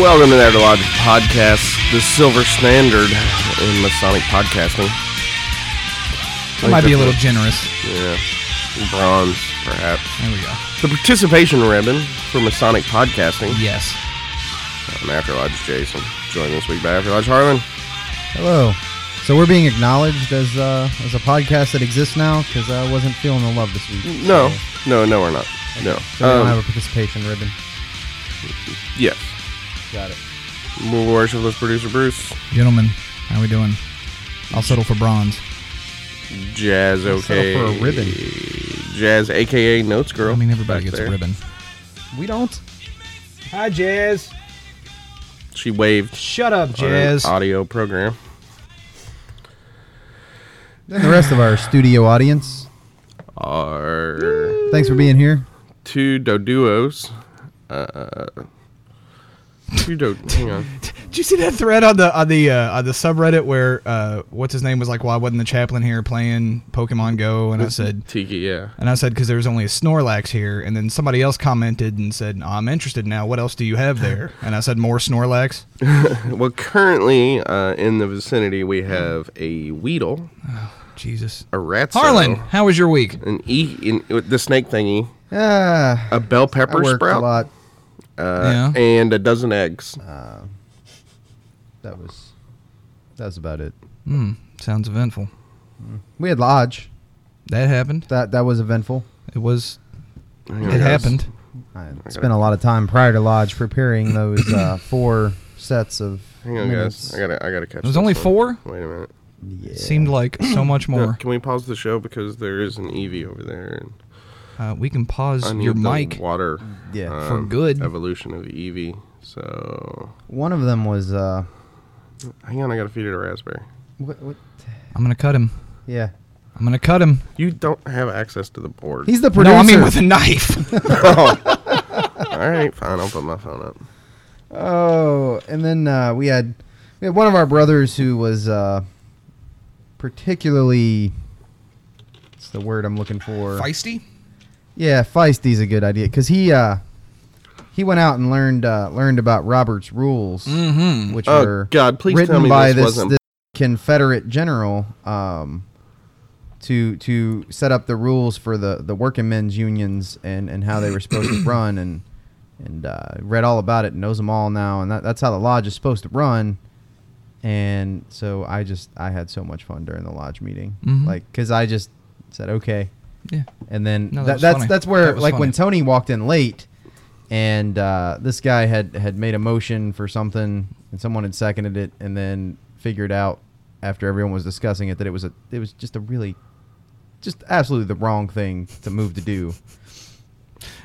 Welcome to the Nerd Lodge Podcast, the silver standard in Masonic podcasting. That might be a little generous. Yeah, bronze, perhaps. There we go. The participation ribbon for Masonic podcasting. Yes. I'm Afterlodge Jason, joined this week by Afterlodge Harlan. Hello. So we're being acknowledged as uh, as a podcast that exists now because I wasn't feeling the love this week. No, so, no, no, we're not. No. so we don't Um, have a participation ribbon. yes. Got it. More worshipless producer Bruce. Gentlemen, how we doing? I'll settle for bronze. Jazz, settle okay. for a ribbon. Jazz, aka Notes Girl. I mean, everybody back gets there. a ribbon. We don't. Hi, Jazz. She waved Shut up, on an Jazz. audio program. And the rest of our studio audience, Our. thanks for being here. two Doduos. Uh, two do- hang on. Did you see that thread on the on the uh, on the subreddit where uh, what's his name was like, "Why wasn't the chaplain here playing Pokemon Go?" And I said, Tiki, yeah. and I said, "Because there was only a Snorlax here." And then somebody else commented and said, "I'm interested now. What else do you have there?" And I said, "More Snorlax." Well, currently uh, in the vicinity, we have a Weedle, Jesus. a Ratso, Harlan, how was your week? an E, in, the snake thingy, Ah, a bell pepper I worked sprout, a lot. uh, yeah. Uh, and a dozen eggs. That was that was about it. Hmm, Sounds eventful. We had lodge. That happened. That that was eventful. It was. Hang on, It guys. happened. I spent a lot of time prior to lodge preparing those uh, four sets of Hang on, minutes. guys. I gotta, I gotta catch. It was this only one. four. Wait a minute. Yeah. Seemed like so much No, more. can we pause the show because there is an Eevee over there, and Uh, we can pause I need your the mic. water. um, Yeah. For good. Evolution of Eevee. So One of them was uh, hang on, I gotta feed it a raspberry. what, what? I'm gonna cut him. Yeah. I'm gonna cut him. You don't have access to the board. He's the producer. No, I mean with a knife. All right, fine. I'll put my phone up. Oh, and then uh, we had we had one of our brothers who was uh, particularly. What's the word I'm looking for? Feisty. Yeah, feisty's a good idea because he uh, he went out and learned uh, learned about Robert's rules, Mm-hmm. which Oh, were God, please written tell me by this this, wasn't- this Confederate general um, to to set up the rules for the the working men's unions and and how they were supposed to run and and uh, read all about it and knows them all now and that, that's how the lodge is supposed to run and so I just I had so much fun during the lodge meeting Like 'cause Mhm. like because I just said okay Yeah. and then No, that that, was that's funny. that's where That was like when funny. Tony walked in late, and uh, this guy had had made a motion for something, and someone had seconded it, and then figured out after everyone was discussing it that it was a it was just a really just absolutely the wrong thing to move to do.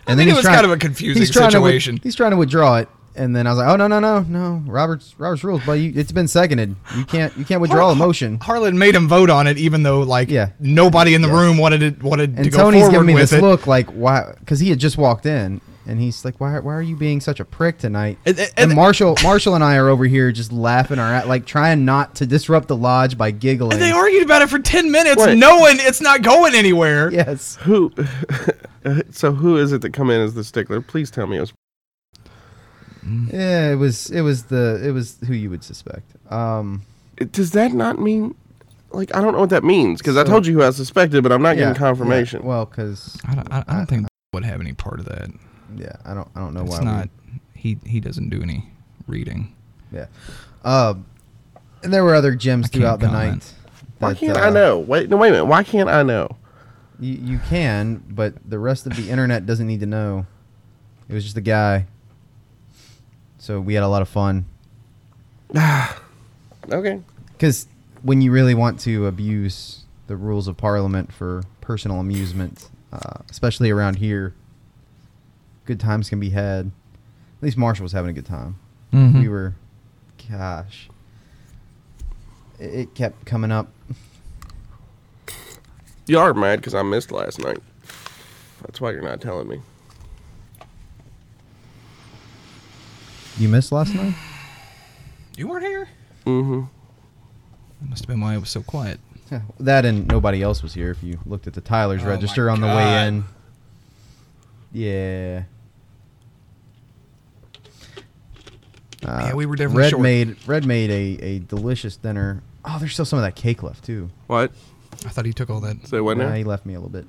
I think it was kind of a confusing he's trying situation. To, wi- he's trying to withdraw it, and then I was like, "Oh no, no, no, no! Robert's Robert's rules, but you, it's been seconded. You can't you can't withdraw a motion." Harlan made him vote on it, even though like Yeah. nobody in the Yes. room wanted it wanted to And go Tony's forward giving me with this it. look like, why? Because he had just walked in, and he's like, "Why, why are you being such a prick tonight?" And- and- And Marshall, Marshall and I are over here just laughing our at like trying not to disrupt the lodge by giggling. And they argued about it for ten minutes, Wait. knowing it's not going anywhere. Yes. Who? so who is it that come in as the stickler? Please tell me it was. Yeah, it was it was the it was who you would suspect. Um Does that not mean? Like I don't know what that means because I So- told you who I suspected, but I'm not yeah, getting confirmation. yeah, well, cuz I don't, I, I don't think would have any part of that. yeah, I don't I don't know It's why. Oh, we- not. He he doesn't do any reading. yeah. Um and there were other gems can't throughout the comment. night. Why that, can't uh, I know? Wait, no, wait a minute. Why can't I know? You, you can, but the rest of the internet doesn't need to know. It was just a guy. So we had a lot of fun Okay. cuz when you really want to abuse the rules of parliament for personal amusement, uh, especially around here, good times can be had. At least Marshall was having a good time. we were gosh it, it kept coming up You are mad because I missed last night. That's why you're not telling me. you missed last night You weren't here. Mm-hmm. That must have been why it was so quiet. Yeah, that and nobody else was here if you looked at the tyler's Oh my register on the way God. in yeah uh, Yeah, we were definitely Red short. made Red made a, a delicious dinner. Oh, there's still some of that cake left too. What? I thought he took all that. So when? Nah, there? he left me a little bit.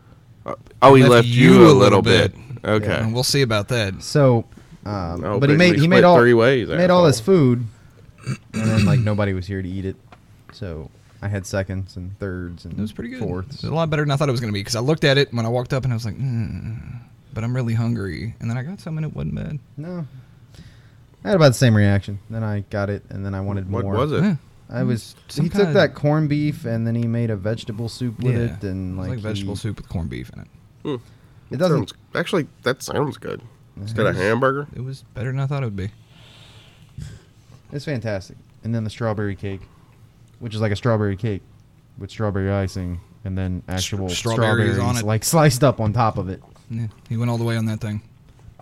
oh, he left left you you a a little little bit. bit. Okay. And Uh, we'll see about that. So, um, Oh, but he but made we he split made all three ways, he made all his asshole. food, and then like nobody was here to eat it, so I had seconds and thirds and It was pretty good. fourths. It was a lot better than I thought it was going to be because I looked at it when I walked up and I was like, mm, but I'm really hungry. And then I got some and it wasn't bad. No, I had about the same reaction. Then I got it, and then I wanted What more. was it? Yeah. I was. Some he took kind- that corned beef, and then he made a vegetable soup with Yeah. it, and It's like, like vegetable he- soup with corned beef in it. It doesn't. Sounds- actually, that sounds good. Instead of hamburger. It was better than I thought it would be. It's fantastic. And then the strawberry cake, which is like a strawberry cake with strawberry icing, and then actual strawberries strawberries, on it. like sliced up on top of it. Yeah, he went all the way on that thing.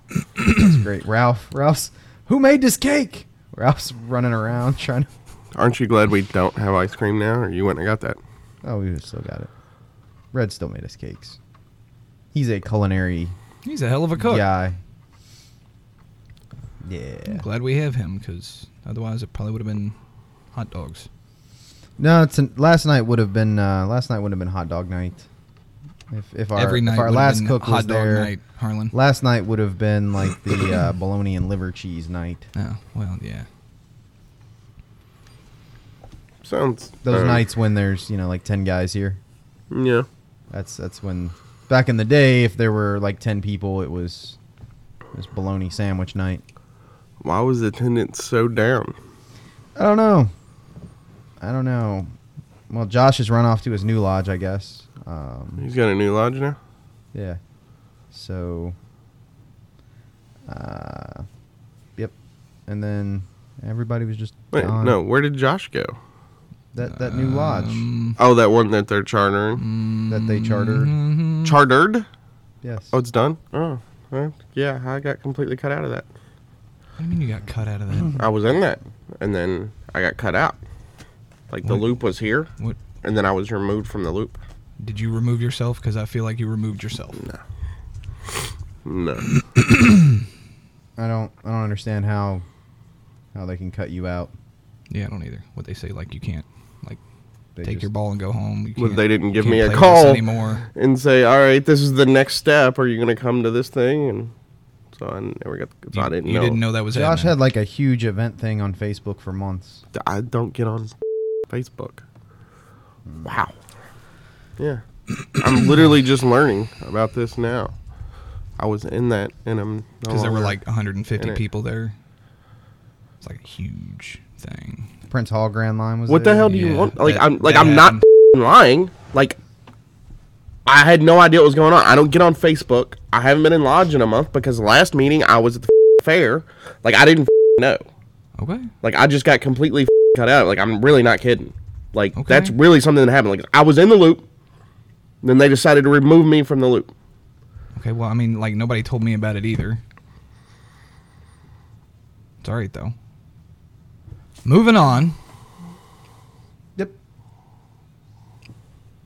It's great. Ralph, Ralph's, who made this cake? Ralph's running around trying to. Aren't you glad we don't have ice cream now, or you wouldn't have got that? Oh, we still got it. Red still made us cakes. He's a culinary He's a hell of a cook. guy. I'm Yeah. glad we have him because otherwise it probably would have been hot dogs. No, it's an, last night would have been uh, last night would have been hot dog night. If if our Every night. if our would have last been cook hot was dog there, night, Harlan. last night would have been like the uh, bologna and liver cheese night. Oh, well, yeah. Sounds. Those um, nights when there's you know like ten guys here. Yeah. That's that's when back in the day, if there were like ten people, it was it was bologna sandwich night. Why was the attendance so down? I don't know. I don't know. Well, Josh has run off to his new lodge, I guess. Um, He's got a new lodge now. yeah. So. Uh, yep. And then everybody was just Wait, gone. no. Where did Josh go? that that new lodge Um, Oh, that one that they're chartering. that they chartered. Mm-hmm. mhm. Chartered? Yes. Oh, it's done. Oh, well, yeah. I got completely cut out of that. What do you mean you got cut out of that? I was in that, and then I got cut out. Like the What? loop was here, What and then I was removed from the loop. did you remove yourself? Because I feel like you removed yourself. No, I don't I don't understand how how they can cut you out. Yeah, I don't either. What they say, like you can't like They take just- your ball and go home. You Well, can't- they didn't you give can't me a play with call. us anymore. and say, all right, this is the next step. Are you going to come to this thing? And so I never got. So you, I didn't you know. didn't know that was Josh had happening. like a huge event thing on Facebook for months. I don't get on Facebook. Wow. Yeah, I'm literally just learning about this now. I was in that, and I'm no because there were longer- like 150 in it. people there. It's like a huge thing. Prince Hall Grand Line was What the there. hell do you Yeah, want? Like that- I'm like that I'm not lying. Like I had no idea what was going on. I don't get on Facebook. I haven't been in lodge in a month because last meeting I was at the fair. Like I didn't know. Okay. Like I just got completely cut out. Like I'm really not kidding. Like Okay. that's really something that happened. Like I was in the loop, then they decided to remove me from the loop. Okay. Well, I mean, like nobody told me about it either. It's all right though. Moving on. Yep.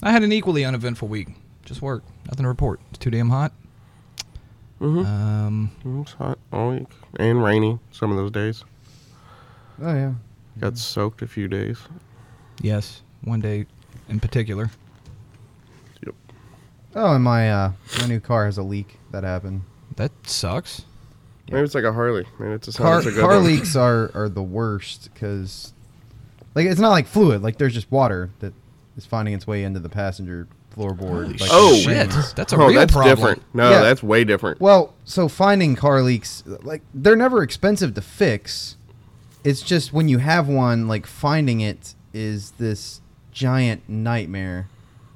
I had an equally uneventful week. Just work. Nothing to report. It's too damn hot. Mhm. Um, It's hot all week and rainy some of those days. Oh yeah. Got soaked a few days. yes, one day in particular. Oh, and my uh, my new car has a leak. That happened. That sucks. Maybe it's like a Harley. Maybe it's a, Car, it's a good car one. leaks are are the worst because, like, it's not like fluid. Like, there's just water that is finding its way into the passenger floorboard. like, Oh, shit, rain. that's a Oh, real that's problem. different. No, Yeah. that's way different. Well, so finding car leaks, like they're never expensive to fix. It's just when you have one, like finding it is this giant nightmare.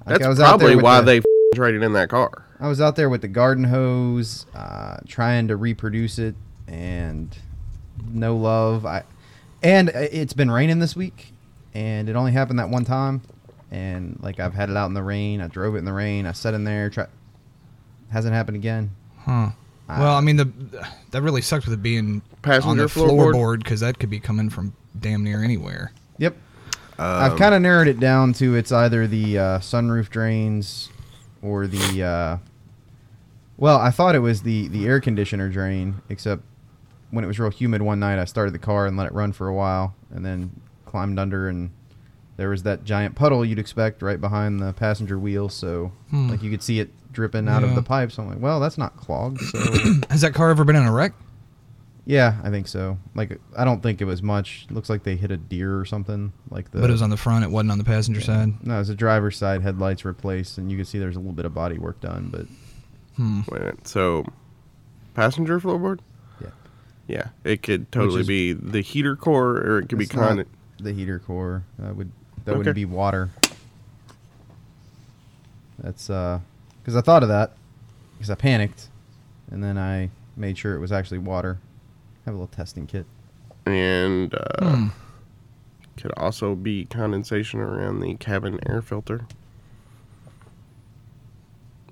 Like, That's out there probably with why the- they f- traded in that car. I was out there with the garden hose, uh, trying to reproduce it, and no love. I, and it's been raining this week, and it only happened that one time. And like I've had it out in the rain, I drove it in the rain, I sat in there. Try, hasn't happened again. Huh. Well, I mean, the that really sucks with it being on Passenger the floorboard? floorboard because that could be coming from damn near anywhere. Yep. I've kind of narrowed it down to it's either the uh, sunroof drains or the. Uh, well, I thought it was the, the air conditioner drain, except when it was real humid one night, I started the car and let it run for a while and then climbed under, and there was that giant puddle you'd expect right behind the passenger wheel. So, Hmm. like, you could see it dripping out of Yeah. the pipes. I'm like, well, that's not clogged. So, Has that car ever been in a wreck? yeah, I think so. Like, I don't think it was much. Looks like they hit a deer or something. Like the but it was on the front. It wasn't on the passenger side. No, it was the driver's side headlights replaced, and you can see there's a little bit of body work done, but Wait a minute. So, passenger floorboard? Yeah. Yeah. It could totally is- be the heater core or it could be it's not con. the heater core. That would that Okay. wouldn't be water. That's uh, because I thought of that, because I panicked, and then I made sure it was actually water. Have a little testing kit. And uh, Hmm. could also be condensation around the cabin air filter.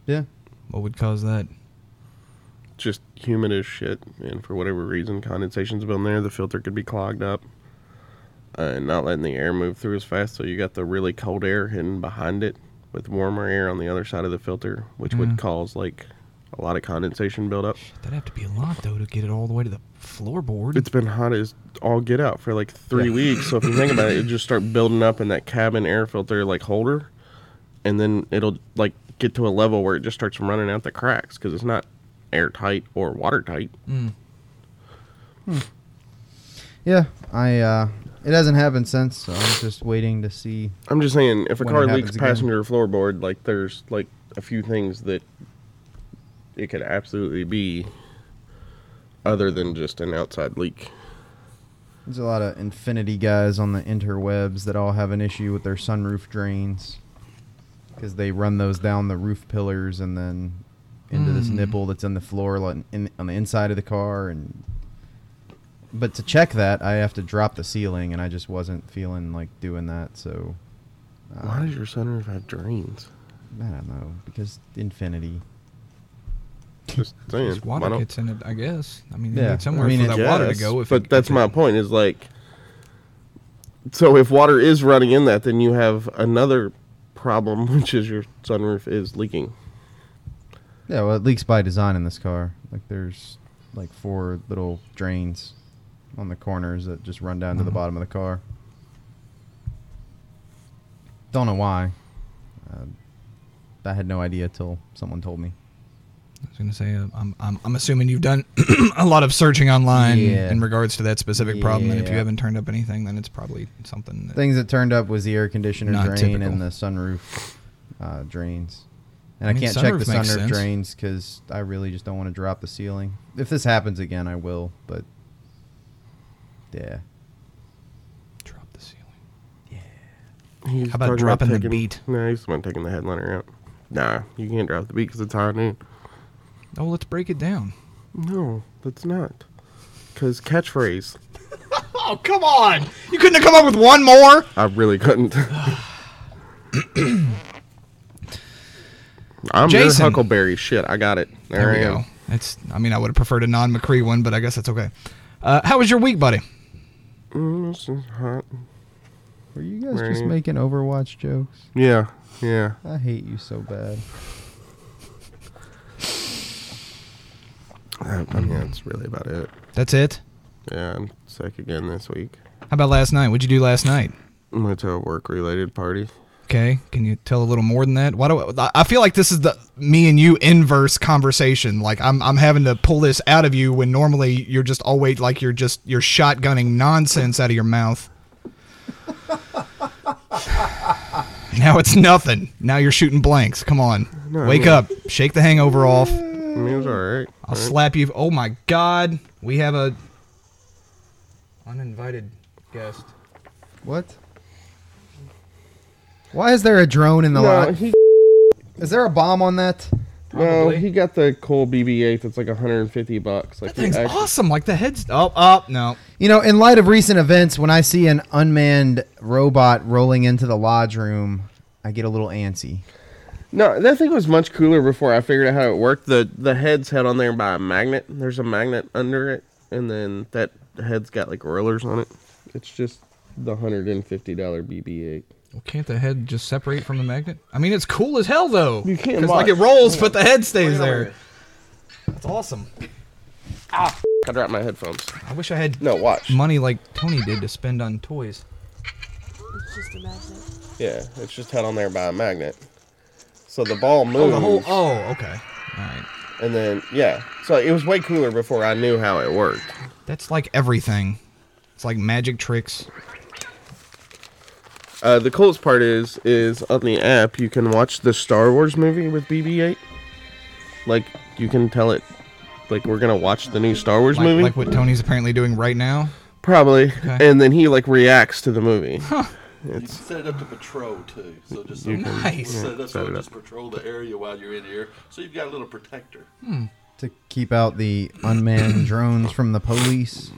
Yeah, What would cause that? Just humid as shit. And for whatever reason, condensation's been there. The filter could be clogged up. Uh, and not letting the air move through as fast. So, you got the really cold air hidden behind it with warmer air on the other side of the filter, which would cause like a lot of condensation buildup. That'd have to be a lot though to get it all the way to the floorboard. it's been hot as all get out for like three weeks. So if you think about it, it just start building up in that cabin air filter like holder, and then it'll like get to a level where it just starts running out the cracks because it's not airtight or watertight. yeah. I uh, it hasn't happened since, so I'm just waiting to see. I'm just saying, if a When it car happens leaks again. passenger floorboard, like there's like a few things that it could absolutely be other than just an outside leak. There's a lot of infinity guys on the interwebs that all have an issue with their sunroof drains because they run those down the roof pillars and then into this nipple that's in the floor like, in, on the inside of the car. And but to check that, I have to drop the ceiling, and I just wasn't feeling like doing that. So uh, Why does your sunroof have drains? I don't know because infinity. Just saying. Just why water don't- gets in it, I guess. I mean, you Yeah, need somewhere I mean, for it- that water to Yes, go. If but it- that's if my it- point. Is like, so if water is running in that, then you have another problem, which is your sunroof is leaking. Yeah, well, it leaks by design in this car. Like there's like four little drains on the corners that just run down to Mm-hmm. the bottom of the car. Don't know why. Um I had no idea till someone told me. I was gonna say, uh, I'm, I'm, I'm assuming you've done a lot of searching online Yeah. in regards to that specific problem, and if you Yeah. haven't turned up anything, then it's probably something. That, Things that turned up was the air conditioner Not drain typical. and the sunroof uh, drains. And I, I mean, can't check sunroof the makes sunroof sense. drains because I really just don't want to drop the ceiling. If this happens again, I will. But yeah, drop the ceiling. He's about talking dropping the taking- beat? No, he's talking about taking the headliner out. Nah, you can't drop the beat because it's high noon. Oh, let's break it down. No, that's not. Because catchphrase, Oh, come on! You couldn't have come up with one more. I really couldn't. I'm your Jason. Huckleberry. Shit, I got it. There, There I we am. go. It's. I mean, I would have preferred a non McCree one, but I guess that's okay. Uh, how was your week, buddy? Mm, this is hot. Were you guys just Right. making Overwatch jokes? Yeah, yeah. I hate you so bad. I, I Mm-hmm. mean, that's really about it. That's it. Yeah, I'm sick again this week. How about last night? What'd you do last night? Went to a work-related party. Okay, can you tell a little more than that? Why do I, I feel like this is the me and you inverse conversation? Like I'm I'm having to pull this out of you when normally you're just always like you're just you're shotgunning nonsense out of your mouth. now it's nothing. Now you're shooting blanks. Come on, No, I wake mean- up, shake the hangover off. I mean, it was all right. I'll slap you. Oh my God, we have a uninvited guest. What? Why is there a drone in the No, lot? he Is there a bomb on that? no, Probably. he got the cool BB-8 that's like 150 bucks. Like That thing's he act- awesome. Like the heads. Oh, oh no. You know, in light of recent events, when I see an unmanned robot rolling into the lodge room, I get a little antsy. No, that thing was much cooler before I figured out how it worked. The the head's held on there by a magnet. There's a magnet under it, and then that head's got like rollers on it. It's just the hundred and fifty dollar BB-8. Well, can't the head just separate from the magnet? I mean, it's cool as hell though. You can't 'Cause, watch. like it rolls, but the head stays there. That's awesome. I dropped my headphones. I wish I had No, watch. money like Tony did to spend on toys. Yeah, it's just held on there by a magnet. So the ball moves, The whole. Oh, okay. All right. and then yeah. So it was way cooler before I knew how it worked. That's like everything. It's like magic tricks. Uh, the coolest part is is on the app you can watch the Star Wars movie with BB-8. Like you can tell it, like we're gonna watch the new Star Wars Like, movie, like what Tony's apparently doing right now. probably, Okay. and then he like reacts to the movie. You can set it up to patrol too. So just so You can- Nice. set it up set so it it up. just patrol the area while you're in here. So you've got a little protector. To keep out the unmanned drones from the police.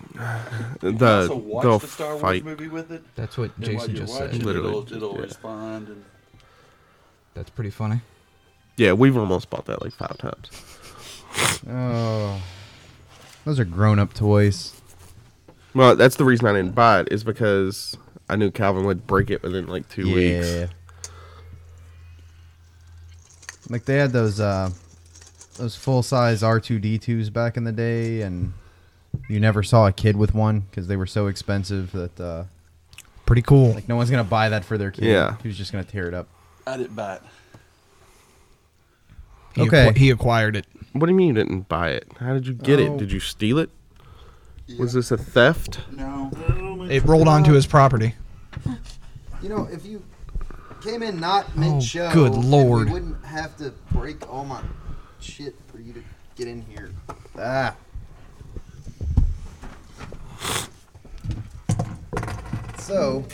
The also watch the the Star Wars fight. movie with it. That's what And Jason while you're just watching said. it, Literally, it'll, it'll yeah. respond. And That's pretty funny. Yeah, we've almost bought that like five times. Oh, those are grown-up toys. Well, that's the reason I didn't buy it is because I knew Calvin would break it within like two weeks. Like they had those uh those full size R two D twos back in the day, and you never saw a kid with one because they were so expensive that uh, Pretty cool. like no one's gonna buy that for their kid. Yeah. who's just gonna tear it up. I didn't buy it. He acqui- okay. he acquired it. What do you mean you didn't buy it? How did you get Oh. it? Did you steal it? Was this a theft? No. It rolled onto his property. You know, if you came in not mid Oh, show, good then lord. we wouldn't have to break all my shit for you to get in here. Ah, So,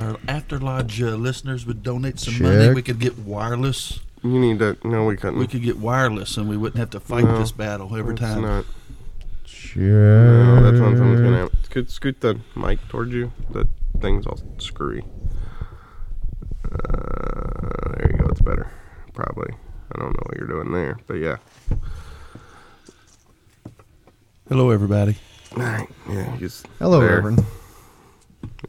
Our After Lodge uh, listeners would donate some money. Check. We could get wireless. You need to. No, we couldn't. We could get wireless, and we wouldn't have to fight No, this battle every It's time. not. sure. No, that's one thing that's gonna happen. Scoot, scoot the mic towards you. The thing's all screwy. Uh, there you go. It's better. Probably. I don't know what you're doing there, but yeah. Hello, everybody. All right. Yeah. He's Hello, there. Reverend.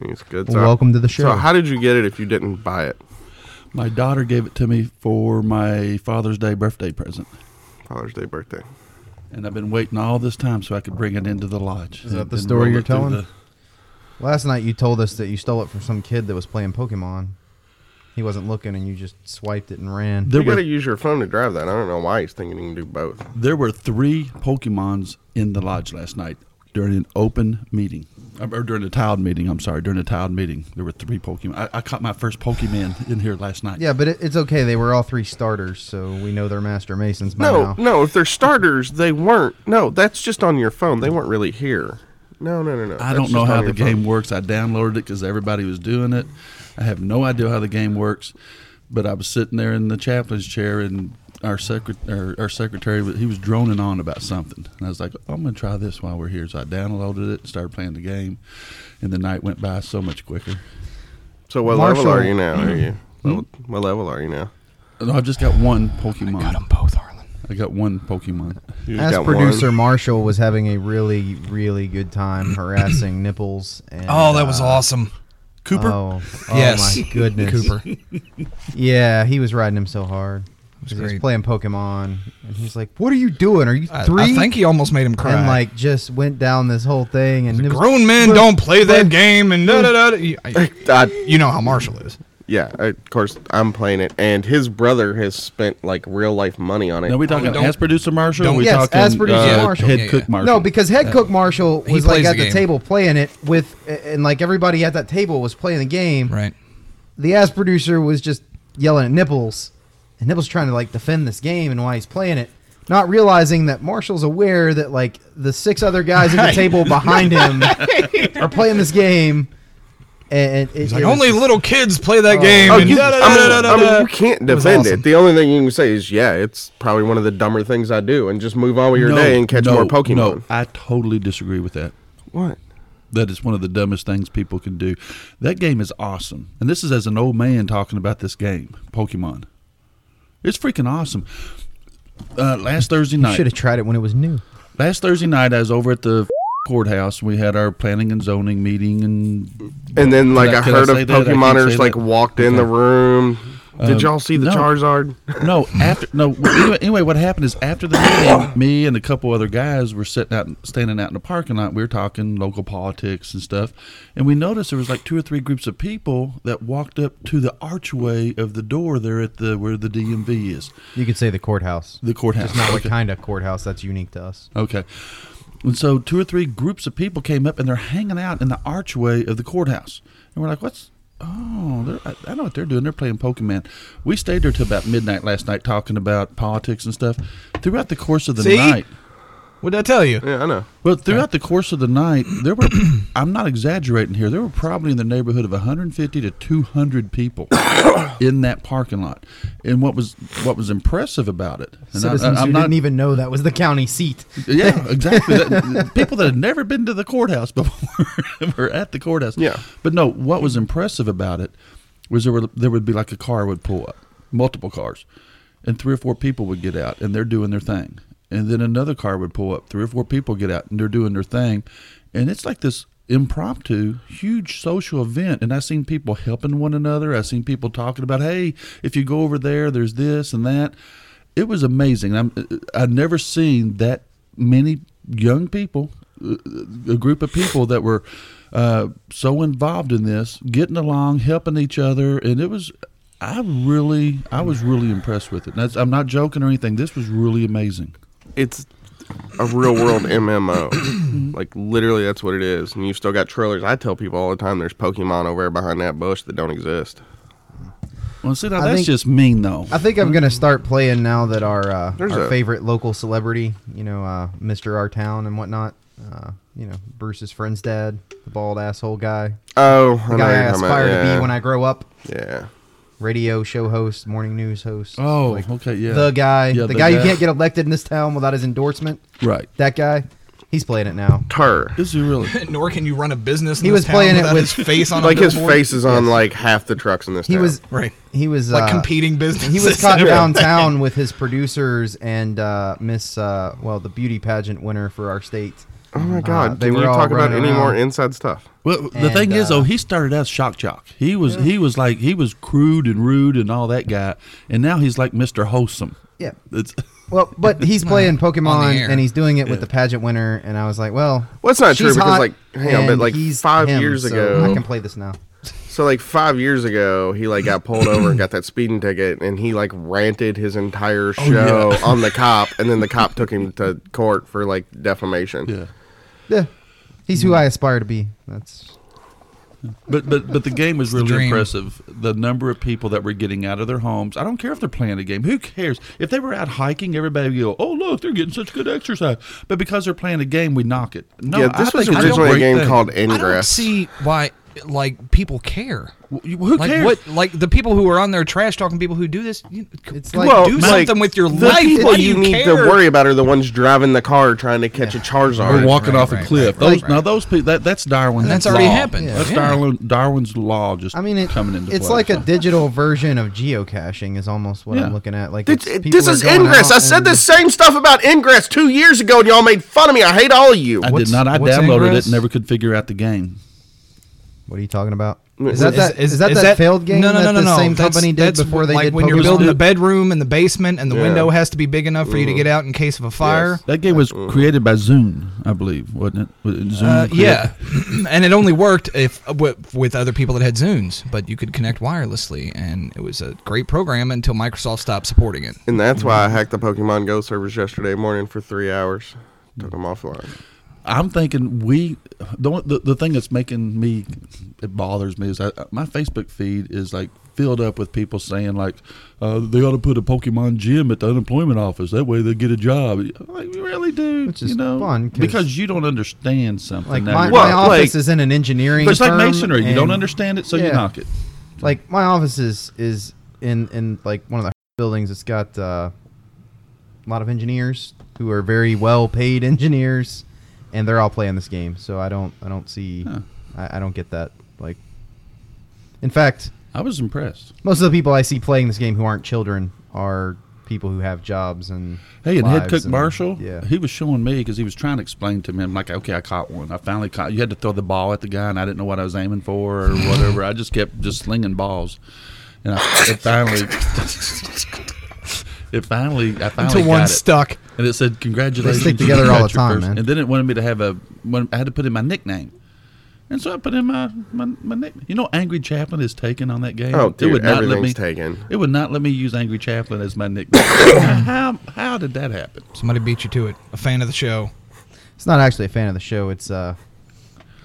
He's good. Welcome to the show. So, how did you get it if you didn't buy it? My daughter gave it to me for my Father's Day birthday present, Father's Day birthday. and I've been waiting all this time so I could bring it into the lodge. Is that and- the and story roll you're it through telling? the- Last night you told us that you stole it from some kid that was playing Pokemon. He wasn't looking, and you just swiped it and ran. There you gotta were use your phone to drive that. I don't know why he's thinking he can do both. there were three Pokemons in the lodge last night during an open meeting, Um, or during a tiled meeting. I'm sorry, during a tiled meeting, there were three Pokemon. I, I caught my first Pokemon in here last night. Yeah, but it, it's okay. They were all three starters, so we know they're Master Masons by No, now. no. If they're starters, they weren't. No, that's just on your phone. They weren't really here. No, no, no, no. I That's don't know just how on the your phone. game works. I downloaded it because everybody was doing it. I have no idea how the game works, but I was sitting there in the chaplain's chair and our secret our, our secretary he was droning on about something, and I was like, "I'm going to try this while we're here." So I downloaded it, started playing the game, and the night went by so much quicker. So what Marshall- level are you hmm? now? Are you? What, what level are you now? No, I've just got one Pokemon. Got them both, Arlen. I got one Pokemon. You just As got producer one. Marshall was having a really, really good time harassing nipples. And, Oh, that was uh, awesome. Uh, Cooper. Oh, oh Yes. my goodness. Cooper. Yeah, he was riding him so hard. He was great. playing Pokemon, and he's like, "What are you doing? Are you I- three? I think he almost made him cry. and like just went down this whole thing, and it was- grown men but- don't play that but- game and da da da. da. You- I- I- You know how Marshall is. yeah, I- of course I'm playing it, and his brother has spent like real life money on it. Now we talking don't- as producer Marshall. or don't- we Yes, talking as producer uh, Marshall. head Yeah, yeah. cook Marshall. No, because head cook Marshall He was like plays at the the, game. table playing it with, and like everybody at that table was playing the game. Right. The ass producer was just yelling at Nipples, and Nipples trying to like defend this game and why he's playing it, not realizing that Marshall's aware that like the six other guys at the table behind him are playing this game. And it, He's it like, was only just- little kids play that game. Oh, and you, da, da, da, I, mean, da, da, I mean, da. you can't It was defend awesome. it. The only thing you can say is, yeah, it's probably one of the dumber things I do, and just move on with your day and catch more Pokemon. No, I totally disagree with that. What? That is one of the dumbest things people can do. That game is awesome. And this is as an old man talking about this game, Pokemon. It's freaking awesome. Uh, last Thursday You night, should have tried it when it was new. last Thursday night, I was over at the courthouse. We had our planning and zoning meeting, and And then, like, Did I- I did I heard of say that? I can't say Pokemoners, like, that. Um, walked in the room. Did y'all see the no. Charizard? no, after no. Anyway, anyway, what happened is after the meeting, me and a couple other guys were sitting out, standing out in the parking lot. We were talking local politics and stuff, and we noticed there was like two or three groups of people that walked up to the archway of the door there at the where the DMV is, You could say the courthouse. the courthouse. It's not what Okay. kind of courthouse that's unique to us. Okay. And so two or three groups of people came up and they're hanging out in the archway of the courthouse. And we're like, what's. Oh, they're, I- I know what they're doing. They're playing Pokemon. We stayed there till about midnight last night talking about politics and stuff. Throughout the course of the See? night. What'd I tell you? Yeah, I know. Well, throughout the course of the night, there were, I'm not exaggerating here, there were probably in the neighborhood of 150 to 200 people in that parking lot. And what was what was impressive about it, and I- I- Citizens I'm who not- didn't even know that was the county seat. Yeah, exactly. That- people that had never been to the courthouse before were at the courthouse. Yeah. But no, what was impressive about it was there were there would be like a car would pull up, multiple cars, and three or four people would get out and they're doing their thing, and then another car would pull up, three or four people get out and they're doing their thing, and it's like this impromptu huge social event and i seen people helping one another i seen people talking about hey if you go over there there's this and that it was amazing. I'm, I've never seen that many young people, uh, a group of people that were uh, so involved in this, getting along, helping each other, and it was. I really, I was really impressed with it. And that's, I'm not joking or anything. This was really amazing. It's a real world MMO. like, literally, that's what it is. And you've still got trailers. I tell people all the time there's Pokemon over there behind that bush that don't exist. Well, see, now I that's think- just mean, though. I think I'm gonna start playing now that our uh, There's our a- favorite local celebrity, you know, uh, Mr. Our Town and whatnot. Uh, you know, Bruce's friend's dad, the bald asshole guy, Oh, the I know guy I you're talking about- aspire to yeah. be when I grow up. Yeah. Radio show host, morning news host. oh, like, okay, yeah. the guy, Yeah, the, guy, you can't get elected in this town without his endorsement. right. That guy, he's playing it now. Tur. Is he really? Nor can you run a business. In He this was playing town it without with- his face on a Like, his billboard. face is on, like, half the trucks in this He town. was Right. he was Like uh, competing businesses. He was caught Yeah. downtown with his producers and uh, Miss, uh, well, the beauty pageant winner for our state. Oh my God! Uh, they Can were you all talk about running any more around. inside stuff? Well, the And, thing is, uh, though, he started out as shock jock. He was he was like he was crude and rude and all that guy, and now he's like Mister Wholesome. Yeah. It's, Well, but he's playing on the Pokemon air. and he's doing it with the pageant winner, and I was like, well, Well, it's not true she's because, hot like, hang on, but, and like, he's five him, years so ago- I can play this now. So like five years ago, he like got pulled over and got that speeding ticket, and he like ranted his entire Oh, show on the cop, and then the cop took him to court for like defamation. yeah, Yeah, he's Hmm. who I aspire to be. That's but but but the game was really dream. impressive. The number of people that were getting out of their homes. I don't care if they're playing a game. Who cares if they were out hiking? Everybody would go, oh look, they're getting such good exercise. But because they're playing a game, we knock it. No, yeah. This I was think it's originally a great game thing. called I don't Ingress. see why. like people care. Wh- Who Like cares? what? Like the people who are on there trash talking people who do this. You, c- It's c- like- do something with your the life. people Why do you, you need care? to worry about are the ones driving the car trying to catch a Charizard. Or walking right, off right, a cliff. right, those right. now those people that that's Darwin's And that's already law. happened. Yeah. That's Yeah. Darwin, Darwin's law just I mean, it, coming into it's play. like a So- digital version of geocaching is almost what I'm Yeah. looking at. Like This, it's- people this are is going Ingress. out I said and- the same stuff about Ingress two years ago, and y'all made fun of me. I hate all of you. I What's- did not. I what's downloaded Ingress? it. Never could figure out the game. What are you talking about? Is- Is that that is, that, that, failed game No, no, no, that no, the no. same That's- company did that's before they like did when you're Pokemon? building the bedroom and the basement, and the Yeah. window has to be big enough for you to get out in case of a fire. That game was Uh, created by Zune, I believe, wasn't it? Was it Zune Uh, Mm-hmm. created- yeah, and it only worked if with, with other people that had Zunes, but you could connect wirelessly, and it was a great program until Microsoft stopped supporting it. And that's why I hacked the Pokemon Go servers yesterday morning for three hours. Took them offline. Mm. I'm thinking we the, one- the the thing that's making me it bothers me is I, my Facebook feed is like filled up with people saying like uh, they ought to put a Pokemon gym at the unemployment office that way they get a job. Like really, dude? Which is you know, fun 'cause- because you don't understand something. Like now my, you're Well, my not- office like- is in an engineering. But it's like firm, masonry. You don't and, understand it, so you Yeah. knock it. Like my office is is in in like one of the buildings. It's got uh, a lot of engineers who are very well paid engineers, and they're all playing this game. So I don't I don't see Huh. I, I don't get that. Like, in fact, I was impressed. most of the people I see playing this game who aren't children are people who have jobs and Hey, and head lives cook and- Marshall, Yeah, he was showing me because he was trying to explain to me. I'm like, okay, I caught one. I finally caught. You had to throw the ball at the guy, and I didn't know what I was aiming for or whatever. I just kept just slinging balls, and I, it finally, it finally, I finally Until got one it. stuck. and it said, "Congratulations!" They stick you together got all the your time, first-" man. And then it wanted me to have a. one- I had to put in my nickname. And so I put in my my, my nickname. You know, Angry Chaplin is taken on that game. Oh, dude, it would not let everything's me. taken. It would not let me use Angry Chaplin as my nickname. how how did that happen? Somebody beat you to it. A fan of the show. it's not actually a fan of the show. It's uh,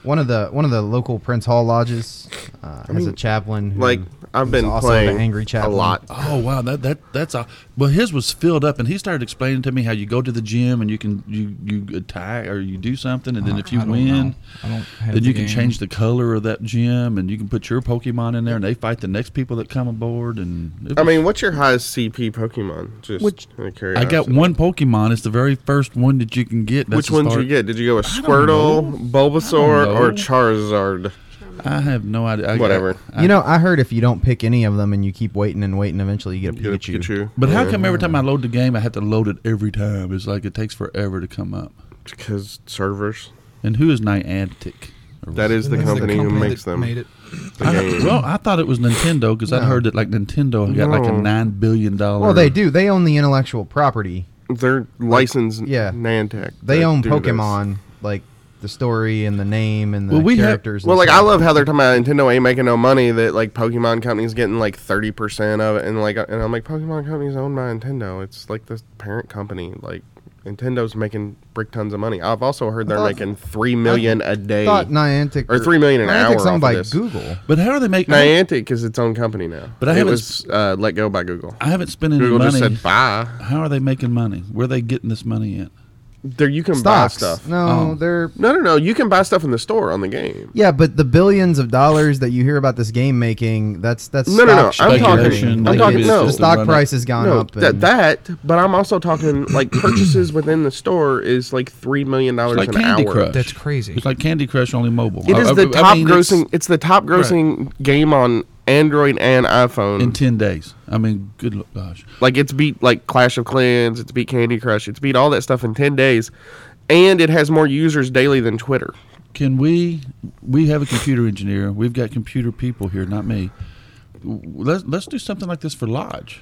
one of the one of the local Prince Hall lodges uh, has a chaplain. Who, Like I've who's been also playing the angry a chaplain. lot. Oh wow, that that that's a well. His was filled up, and he started explaining to me how you go to the gym and you can you you tie or you do something, and then if you I don't win, know. I don't have then the you can game. change the color of that gym, and you can put your Pokemon in there, and they fight the next people that come aboard. And it I was- mean, what's your highest CP Pokemon? Just Which- out of I got curiosity. one Pokemon. It's the very first one that you can get. Which That's as ones far- you get? Did you go with don't Squirtle, Bulbasaur, know. or Charizard? I have no idea. I, Whatever. I- you know, I heard if you don't pick any of them and you keep waiting and waiting, eventually you get a You Pikachu. get Pikachu. but how come every time I load the game, I have to load it every time? It's like it takes forever to come up. Because servers. And who is Niantic? Or That is the That's company, who company makes that them. Made it. The I, game. Uh, well, I thought it was Nintendo because I heard that like Nintendo got like a No. nine billion dollar. Well, they do. They own the intellectual property. They're licensed Yeah. Niantic. They to own do this. Pokemon, like the story and the name and the Well, we have- characters. and Well, like I stuff. love how they're talking about Nintendo ain't making no money. That like Pokemon company's getting like thirty percent of it, and like and I'm like Pokemon company's owned by Nintendo. It's like the parent company. Like Nintendo's making brick tons of money. I've also heard they're thought- making three million a day. thought Niantic Or three million an hour Niantic's off owned of by this. Google. But how do they make? money? Niantic is its own company now. But I it haven't was uh, let go by Google. I haven't spent any Google money. just said bye. how are they making money? Where are they getting this money at? There you can Stocks. buy stuff. No, Oh. they're No, no, no. You can buy stuff in the store on the game. yeah, but the billions of dollars that you hear about this game making, that's that's No, no, no, stock I'm talking- shit. I'm Like, talking- it's- no. the stock price has gone No, up. that and- that. But I'm also talking like purchases within the store is like three million dollars Like an Candy hour. Crush. That's crazy. It's like Candy Crush only mobile. It is I- I- the I top mean, it's grossing. It's, the top grossing game on Android and iPhone. in ten days. I mean, good lo- gosh. like it's beat like Clash of Clans. It's beat Candy Crush. It's beat all that stuff in ten days, and it has more users daily than Twitter. Can we? We have a computer engineer. We've got computer people here, not me. W- Let's let's do something like this for Lodge.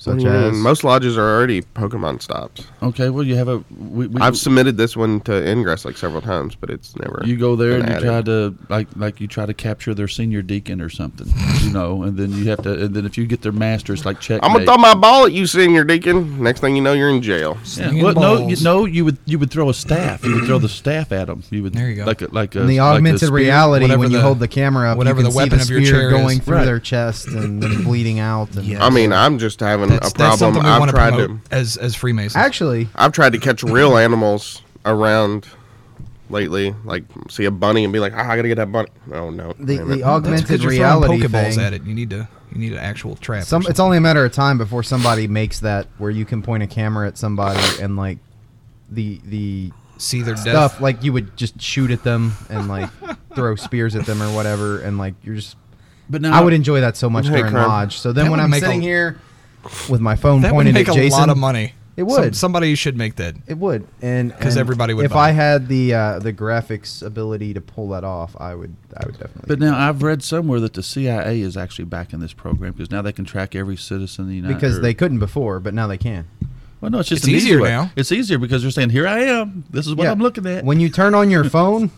such I mean, as most lodges are already Pokemon stops. Okay. Well, you have a. We, we, I've submitted this one to Ingress like several times, but it's never. You go been there and you added. try to like like you try to capture their senior deacon or something, you know, and then you have to and then if you get their master, it's like check. I'm gonna throw my ball at you, senior deacon. Next thing you know, you're in jail. Slinging no, you, balls. no, you would you would throw a staff. You would throw the staff at them. You would There you go. like a, like a in the like a augmented spear. reality whatever when you the- hold the camera up, whatever you the can weapon see of the your spear chair is. going through Right. their chest and them bleeding out. And Yeah. I mean, I'm just having That's, a that's problem. something we I've want to tried promote to. as as Freemasons. actually, I've tried to catch real animals around lately. Like see a bunny and be like, ah, I gotta get that bunny. Oh no, The- damn the it. aug- That's because Augmented you're throwing reality pokeballs thing. at it. You need to. You need an actual trap. or Some, it's something. only a matter of time before somebody makes that where you can point a camera at somebody and like the the see their stuff death. like you would just shoot at them and like throw spears at them or whatever and like you're just But now I would enjoy that so much Hey, during Carm. Lodge. So then That when would I'm make a- sitting here with my phone That would pointed make at a Jason, lot of money. It Some- would. somebody should make that. It would, and 'Cause and everybody would If buy I it. had the uh, the graphics ability to pull that off, I would. I would definitely. But now I've read somewhere that the CIA is actually backing this program because now they can track every citizen in the United because or- they couldn't before, but now they can. Well, no, it's just It's an easy easier way. now. It's easier because they're saying, "Here I am. This is what Yeah. I'm looking at." When you turn on your phone,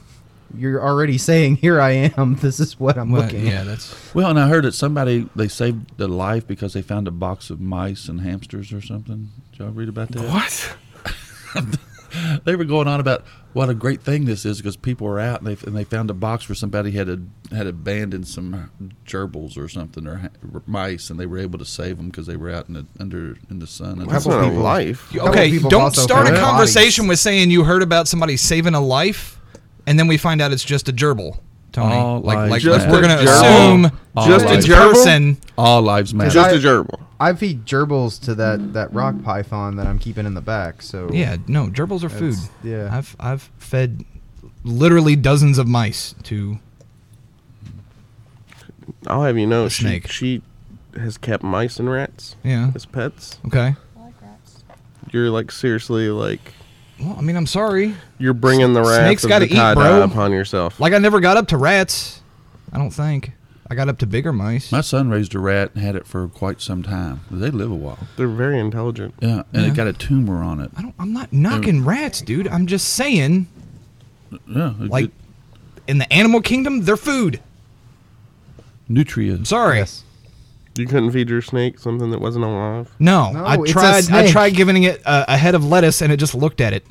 you're already saying, "Here I am. This is what I'm Well, looking yeah, at." that's well, and I heard that somebody they saved their life because they found a box of mice and hamsters or something. Did y'all read about that? what? They were going on about what a great thing this is because people were out and they and they found a box where somebody had a, had abandoned some gerbils or something or ha- mice and they were able to save them because they were out in the under in the sun. And That's not a life. couple okay. people Don't also start a found bodies. conversation with saying you heard about somebody saving a life, and then we find out it's just a gerbil, Tony. All like, lives like Just we're a gonna gerbil. assume All Just lives- a this gerbil. person. all lives matter. Just a gerbil. I feed gerbils to that that rock python that I'm keeping in the back. So Yeah, no, gerbils are food. That's- yeah. I've I've fed literally dozens of mice to. I'll have you know, she, snake. she has kept mice and rats Yeah. as pets. Okay. You're like seriously like Well, I mean, I'm sorry. you're bringing the rats Snakes of gotta the eat, tie-dye bro. upon yourself. Like I never got up to rats. I don't think I got up to bigger mice. My son raised a rat and had it for quite some time. They live a while. They're very intelligent. Yeah, and Yeah. it got a tumor on it. I don't. I'm not knocking rats, dude. I'm just saying, Yeah, it- like, it- in the animal kingdom, they're food. I'm nutrients. sorry. You couldn't feed your snake something that wasn't alive. No, No, I it's a tried. I snake. tried giving it a, a head of lettuce, and it just looked at it.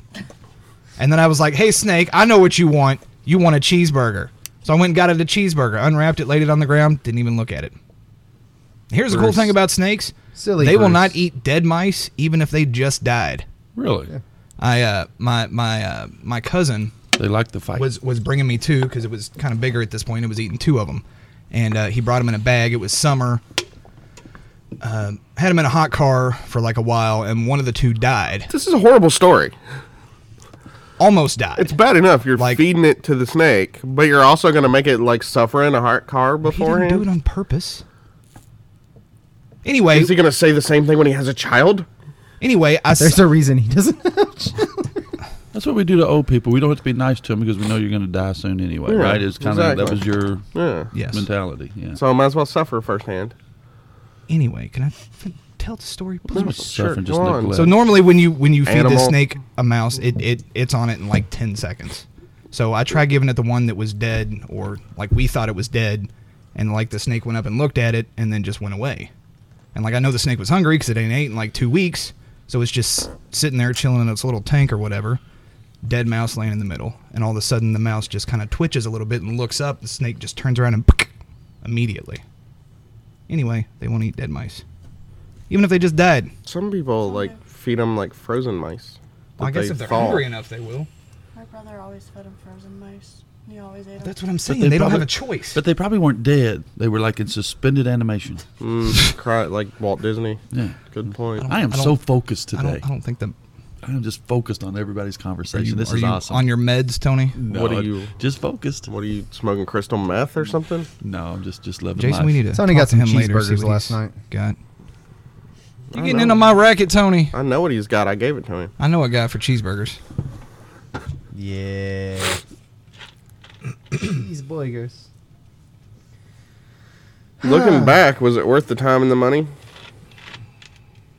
And then I was like, "Hey, snake, I know what you want. You want a cheeseburger." So I went and got it a cheeseburger, unwrapped it, laid it on the ground, didn't even look at it. Here's the cool Bruce. thing about snakes: Silly they will Bruce. not eat dead mice, even if they just died. Really? I, uh, my, my, uh, my cousin They like the fight. was was bringing me two because it was kind of bigger at this point. It was eating two of them, and uh, he brought them in a bag. It was summer. Uh, had them in a hot car for like a while, and one of the two died. This is a horrible story. Almost died. It's bad enough you're Like- feeding it to the snake, but you're also gonna make it like suffer in a hot car he didn't beforehand. do it on purpose. Anyway, Is he gonna say the same thing when he has a child? anyway, I There's s- a reason he doesn't. That's what we do to old people. We don't have to be nice to them because we know you're going to die soon anyway, Yeah, right? It's kind of that exactly. was your Yeah. yes. mentality. Yeah. So I might as well suffer firsthand. Anyway, can I f- tell the story, please? Much sure, suffering, go on. neglect. So normally when you when you feed this Animal. snake a mouse, it, it it's on it in like ten seconds. So I tried giving it the one that was dead, or like we thought it was dead, and like the snake went up and looked at it, and then just went away. And like I know the snake was hungry because it ain't ate in like two weeks, so it's just sitting there chilling in its little tank or whatever. Dead mouse laying in the middle, and all of a sudden the mouse just kind of twitches a little bit and looks up. The snake just turns around and immediately. Anyway, they won't eat dead mice, even if they just died. Some people like feed them like frozen mice. Well, I that guess they if they're thaw. hungry enough, they will. My brother always fed him frozen mice. He always ate them. That's what I'm saying. they They, don't have probably- a choice. but they probably weren't dead. They were like in suspended animation. Mm, cry like Walt Disney. Yeah. Good point. I am Mm. I so don't- focused I today. don't. I don't think that. I am just focused on everybody's Are conversation. you, this are is you awesome. on your meds, Tony? No, What are you- Just focused. What are you smoking? Crystal meth Mm. or something? No, I'm just just loving Jason, life. we need to. Tony talk got to some him later, see cheeseburgers what last he's night. Got. You getting know. into my racket, Tony? I know what he's got. I gave it to him. I know a guy for cheeseburgers. Yeah. These boygers. Looking back, was it worth the time and the money?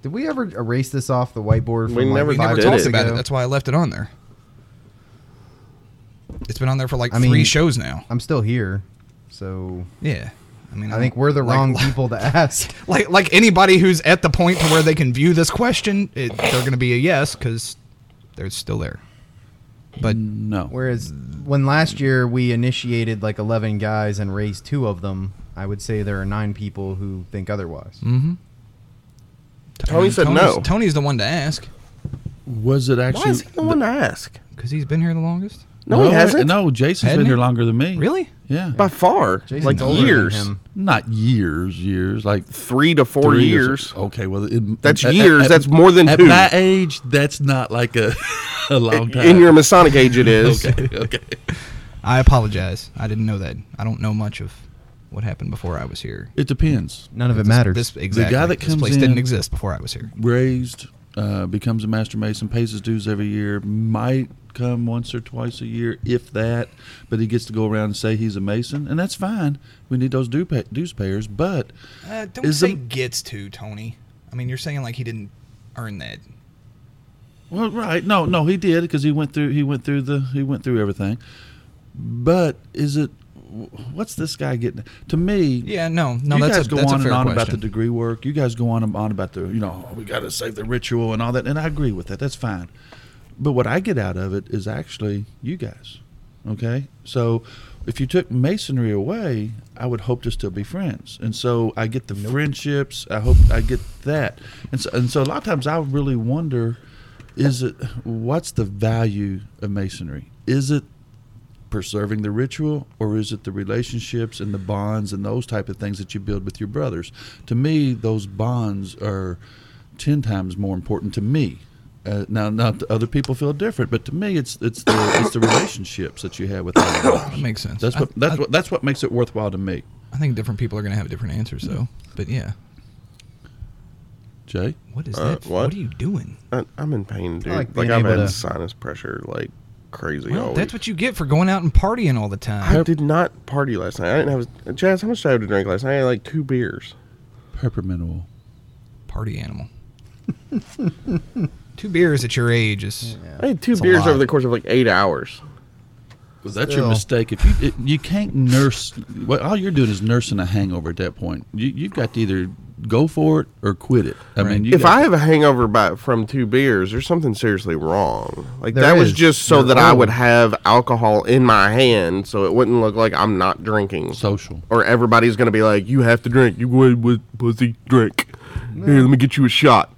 Did we ever erase this off the whiteboard? From We like never We five never did talked minutes it. about ago? it. That's why I left it on there. It's been on there for like I three mean- shows now. I'm still here, so Yeah. I mean, I think don't- we're the like- wrong people to ask. Like, like anybody who's at the point to where they can view this question, it, they're going to be a yes because they're still there. But No. Whereas when last year we initiated like 11 guys and raised two of them, I would say there are nine people who think otherwise. Mm. Tony said Mm-hmm. Tony's- no. Tony's the one to ask Was it actually? Why is he the one to ask? because he's been here the longest. No, he hasn't. No, Jason's Hadn't been he? here longer than me. Really? Yeah. By far, like older than years, him. Not years, years like three to four three years. Okay, well, it, That's years, that's more than at two. my age. That's not like a a long time. In your Masonic age, it is. okay, okay. I apologize. I didn't know that. I don't know much of what happened before I was here. It depends. None of it matters. This exactly. that this comes place in- didn't exist before I was here. Raised, uh, becomes a master mason, pays his dues every year. Might come once or twice a year, if that. But he gets to go around and say he's a mason, and that's fine. We need those due pay, dues payers, but Uh, don't Is say the- gets to Tony. I mean, you're saying like he didn't earn that. Well, right. No, no, he did because he went through. He went through the. He went through everything. But is it? What's this guy getting? To me, Yeah, no, no. you that's guys a, go that's on a fair and on about question. the degree work. You guys go on and on about the. You know, oh, we got to save the ritual and all that, and I agree with that. That's fine. But what I get out of it is actually you guys. Okay, so if you took masonry away, I would hope to still be friends, and so I get the friendships. I hope I get that, and so and so a lot of times I really wonder is it what's the value of masonry is it preserving the ritual or is it the relationships and the bonds and those type of things that you build with your brothers to me those bonds are 10 times more important to me uh, now not that other people feel different but to me it's it's the it's the relationships that you have with other brothers. That makes sense. that's I- what that's I- what that's what makes it worthwhile to me I think different people are going to have different answers, though. But yeah, jay what is Uh, that? what? are you doing? I, I'm in pain, dude. I like Like, being I've able had to- sinus pressure like crazy. Well, all that's week. what you get for going out and partying all the time. I did not party last night. I didn't have. Jazz, how much did I have to drink last night? I had like two beers. peppermint oil Party animal. Two beers at your age is. I had two That's a beers lot. over the course of like eight hours. Well, that's Still. your mistake. If you it, you can't nurse, well, all you're doing is nursing a hangover at that point. You, you've got to either go for it or quit it. I mean, Right. you if got I have a hangover by, from two beers, there's something seriously wrong. Like There that was is. just so You're that I old. would have alcohol in my hand, so it wouldn't look like I'm not drinking. social, or everybody's gonna be like, "You have to drink. You would with pussy drink. Here, let me get you a shot."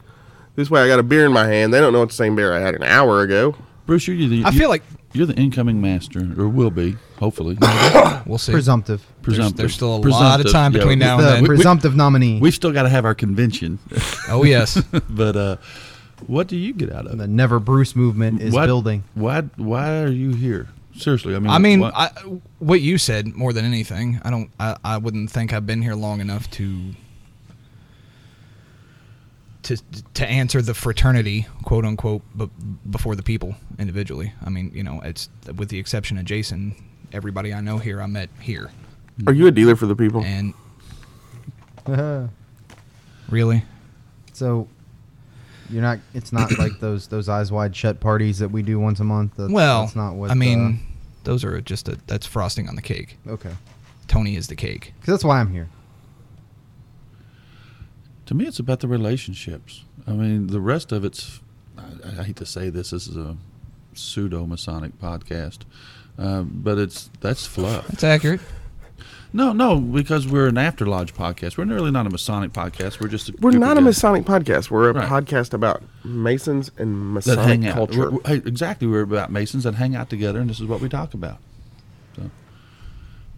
This way, I got a beer in my hand. They don't know it's the same beer I had an hour ago. Bruce, you're the, I you- feel like you're the incoming master, or will be, hopefully. we'll see. presumptive. There's, Presumptive. there's still a lot Presumptive. of time Yeah, between now The and then. presumptive nominee. We've still got to have our convention, Oh yes, but uh, what do you get out of the it? Never Bruce movement is What- building. Why? Why are you here? Seriously, I mean, I mean, what- I, what you said more than anything. I don't. I, I wouldn't think I've been here long enough to to to answer the fraternity, quote unquote, but before the people individually. I mean, you know, it's with the exception of Jason. Everybody I know here, I met here, Are you a dealer for the people? and really, so you're not. It's not like those those eyes wide shut parties that we do once a month. That's, well, that's not what I mean, those are just a, that's frosting on the cake. uh, okay, Tony is the cake. because that's why I'm here. to me, it's about the relationships. I mean, the rest of it's. I, I hate to say this. This is a pseudo Masonic podcast, um, but it's that's fluff. That's accurate. No, no, because we're an After Lodge podcast. We're really not a Masonic podcast. We're just a We're group not of a guys Masonic podcast. We're a Right. podcast about Masons and that Masonic hang out. culture. We're- we're- hey, exactly, we're about Masons that hang out together, and this is what we talk about. So,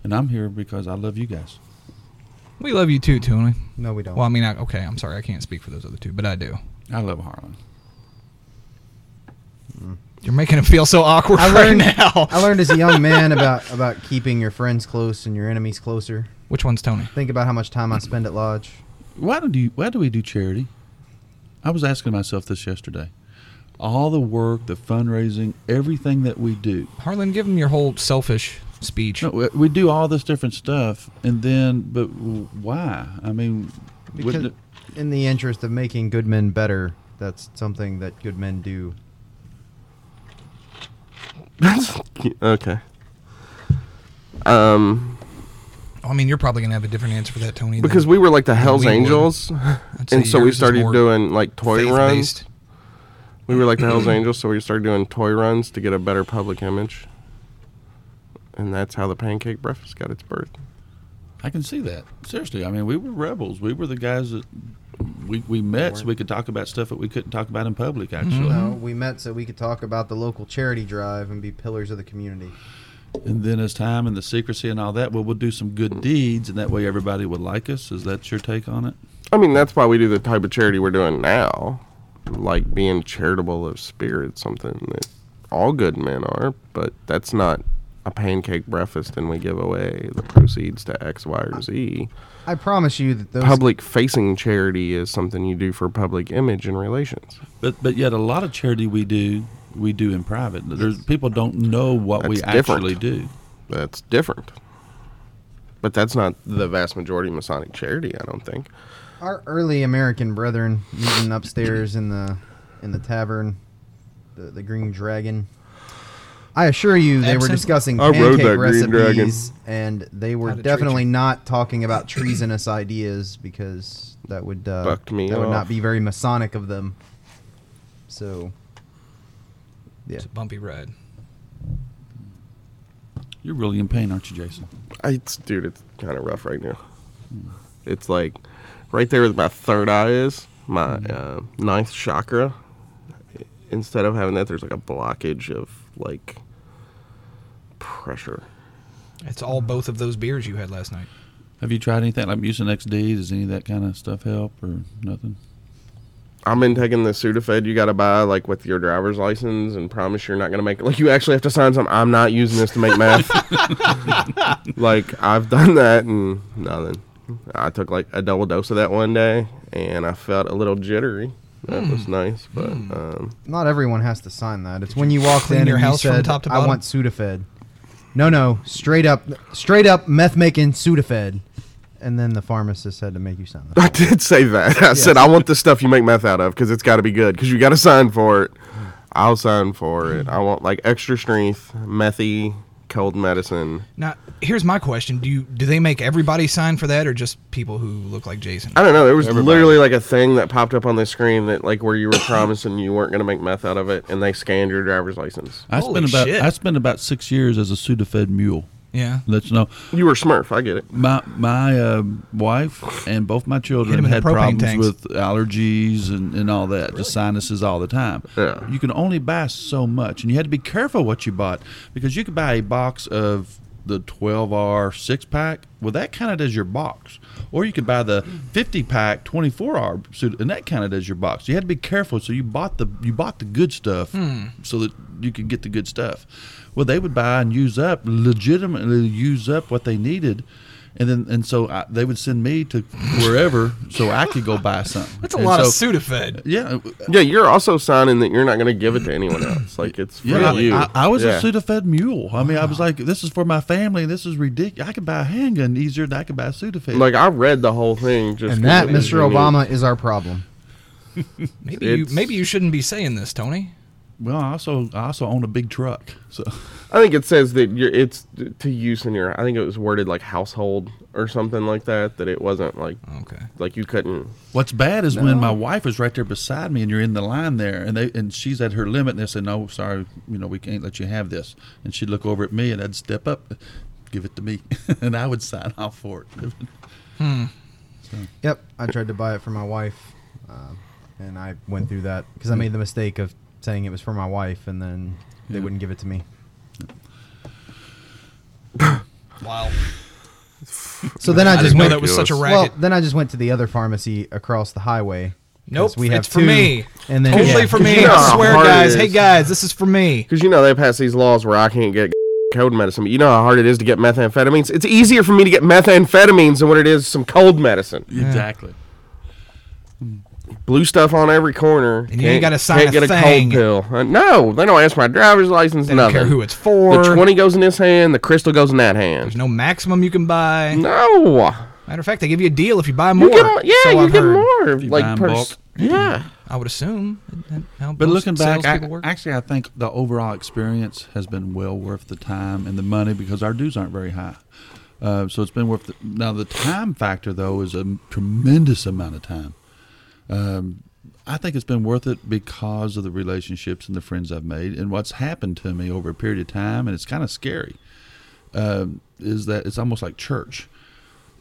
and I'm here because I love you guys. We love you too, Tony. No, we don't. Well, I mean, I, okay, I'm sorry, I can't speak for those other two, but I do. I love Harlan. You're making him feel so awkward I right learned- now. I learned as a young man about about keeping your friends close and your enemies closer. Which one's Tony? Think about how much time I spend at lodge. Why do you, Why do we do charity? I was asking myself this yesterday. All the work, the fundraising, everything that we do, Harlan, give him your whole selfish speech. No, we- we do all this different stuff, and then, but w- why? I mean, Because wouldn't it, in the interest of making good men better, that's something that good men do. That's okay. Um, I mean, you're probably gonna have a different answer for that, Tony. because we were like the Hell's we would. Angels, I'd say and so we yours is started more doing like toy runs. faith-based. We were like the Hell's Angels, so we started doing toy runs to get a better public image, and that's how the Pancake Breakfast got its birth. I can see that. Seriously, I mean, we were rebels. We were the guys that we, we met so we could talk about stuff that we couldn't talk about in public, Mm-hmm. actually. No, we met so we could talk about the local charity drive and be pillars of the community. And then as time and the secrecy and all that, well, we'll do some good deeds, and that way everybody would like us. Is that your take on it? I mean, that's why we do the type of charity we're doing now, like being charitable of spirit, something that all good men are. But that's not a pancake breakfast, and we give away the proceeds to X, Y, or Z. I promise you that those Public facing charity is something you do for public image and relations. But but yet a lot of charity we do we do in private. There's people don't know what we That's different. actually do. That's different. But that's not the vast majority of Masonic charity, I don't think. our early American brethren meeting upstairs in the in the tavern, the, the Green Dragon. I assure you, they were Absinthe? discussing I rode pancake that Green Dragon. recipes, and they were How to treat definitely not talking about treasonous ideas because that would uh, Bucked me that would off. not be very Masonic of them. So, yeah, It's a bumpy ride. You're really in pain, aren't you, Jason? I, it's, dude, it's kind of rough right now. It's like right there where my third eye is, my uh, ninth chakra. Instead of having that, there's like a blockage of like pressure. It's all both of those beers you had last night. Have you tried anything like Mucin XD? Does any of that kind of stuff help or nothing? I've been taking the Sudafed you got to buy like with your driver's license and promise you're not going to make like you actually have to sign something. I'm not using this to make math. like I've done that and nothing. I took like a double dose of that one day and I felt a little jittery. That was nice, but um, not everyone has to sign that. It's when you walked in your and house you from said, top to "I bottom? want Sudafed." No, no, straight up, straight up meth making Sudafed, and then the pharmacist had to make you sign that. I did say that. I said I want the stuff you make meth out of because it's got to be good because you got to sign for it. I'll sign for it. I want like extra strength, methy, cold medicine. Now, here's my question: Do you do they make everybody sign for that, or just people who look like Jason? I don't know. There was literally like a thing that popped up on the screen that like where you were promising you weren't going to make meth out of it, and they scanned your driver's license. I Holy spent about shit. I spent about six years as a Sudafed mule. Yeah. Let's know. You were Smurf. I get it. My my uh, wife and both my Hit children 'em in the had propane problems tanks. with allergies and, and all that, just sinuses all the time. Yeah. You can only buy so much, and you had to be careful what you bought because you could buy a box of the 12R six pack. Well, that counted as your box, or you could buy the 50 pack 24R suit, and that counted as your box. You had to be careful, so you bought the you bought the good stuff Hmm. so that you could get the good stuff. Well, they would buy and use up legitimately use up what they needed. And then, and so I, they would send me to wherever, so I could go buy something. That's a And lot of so- Sudafed. Yeah, Yeah, you're also signing that you're not going to give it to anyone else. Like it's for yeah, you. I, I was Yeah. a Sudafed mule. I mean, I was like, this is for my family, and this is ridiculous. I could buy a handgun easier than I could buy a Sudafed. Like I read the whole thing just. And that, 'cause it was Mr. in you. Obama, is our problem. Maybe you It's- maybe you shouldn't be saying this, Tony. well, I also I also own a big truck, so I think it says that you're, it's t- to use in your. I think it was worded like household or something like that. That it wasn't like Oh. Okay. like you couldn't. what's bad is when my wife is right there beside me, and you're in the line there, and they and she's at her limit, and they say, no, sorry, you know, we can't let you have this, and she'd look over at me, and I'd step up, give it to me, and I would sign off for it. Yep, I tried to buy it for my wife, uh, and I went through that because I made the mistake of saying it was for my wife, and then they wouldn't give it to me. Wow. So then I I just didn't know went. that was such a well, racket. then I just went to the other pharmacy across the highway. 'cause Nope, we have it's for two, me. And then Totally yeah. for me. You know I how swear, hard it guys. Hey, is. guys, this is for me. Because you know they pass these laws where I can't get cold medicine, but you know how hard it is to get methamphetamines. It's easier for me to get methamphetamines than what it is some cold medicine. Exactly. Blue stuff on every corner. And you ain't Can't- gotta sign Can't a get a thing. cold pill. Uh, no, they don't ask my driver's license. They don't nothing. care who it's for. The twenty goes in this hand. The crystal goes in that There's hand. no maximum you can buy. No. Matter of fact, they give you a deal if you buy more. You get, yeah, so you I've get heard. more. you buy Like 'em per, bulk. yeah. I would assume. Isn't that how But most looking back, I, salespeople work? actually, I think the overall experience has been well worth the time and the money because our dues aren't very high. Uh, so it's been worth. The, now the time factor though is a tremendous amount of time. Um, I think it's been worth it because of the relationships and the friends I've made and what's happened to me over a period of time, and it's kind of scary. Um, is that it's almost like church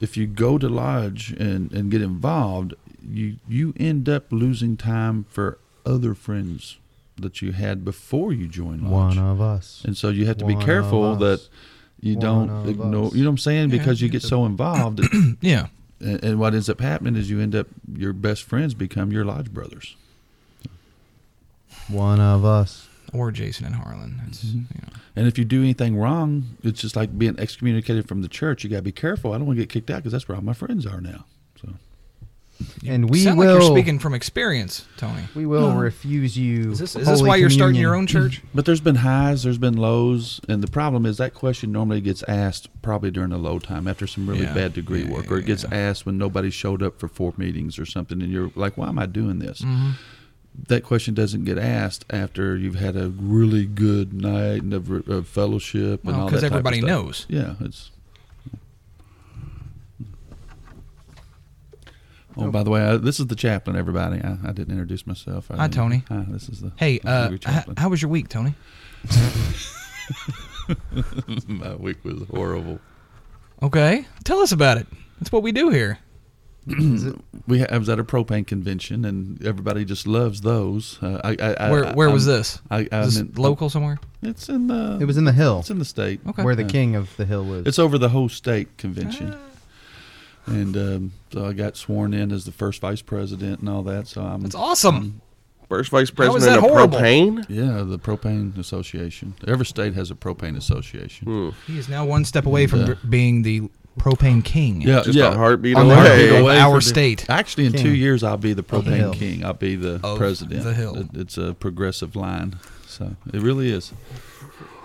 if you go to lodge and, and get involved you you end up losing time for other friends that you had before you joined lodge. One of us. And so you have to be One of careful us. that you One don't of ignore. us. You know what I'm saying? Yeah, Because you you get did. so involved, Yeah. and, and what ends up happening is you end up your best friends become your lodge brothers. One of us. Or Jason and Harlan. It's, Mm-hmm. you know. And if you do anything wrong, it's just like being excommunicated from the church. You got to be careful. I don't want to get kicked out because that's where all my friends are now. So And we Sound will. like you're speaking from experience, Tony. we will refuse you. Is this, is this why you're starting your own church? But there's been highs, there's been lows, and the problem is that question normally gets asked probably during the low time after some really Yeah. bad degree Yeah, work, yeah, or it gets yeah. asked when nobody showed up for four meetings or something, and you're like, "Why am I doing this?" Mm-hmm. That question doesn't get asked after you've had a really good night and of, of fellowship and Well, all that. because type of everybody stuff. knows. Yeah, it's. Oh, by the way, I, this is the chaplain. Everybody, I, I didn't introduce myself. I Hi, didn't- Tony. Hi, this is the Hey, the uh, Hungry h- Chaplain. how was your week, Tony? My week was horrible. Okay, tell us about it. That's what we do here. We ha- I was at a propane convention, and everybody just loves those. Uh, I, I, I, Where Where was I'm- this? I, I, Is um, I'm this in- Oh, local somewhere? It's in the. It was in the hill It's in the state. Okay. where the Yeah. king of the hill was. It's over the whole state convention, Ah. and um, so I got sworn in as the first vice president and all that. So I'm. um, That's awesome. First vice How is president of that horrible? propane. Yeah, the propane association. Every state has a propane association. Hmm. He is now one step away from b- being the propane king. Yeah, Just yeah. a heartbeat On the away. heartbeat away. Away our for the- state. Actually, in two King. years, I'll be the propane hill. king. I'll be the Of president. the hill. It- it's a progressive line, so it really is.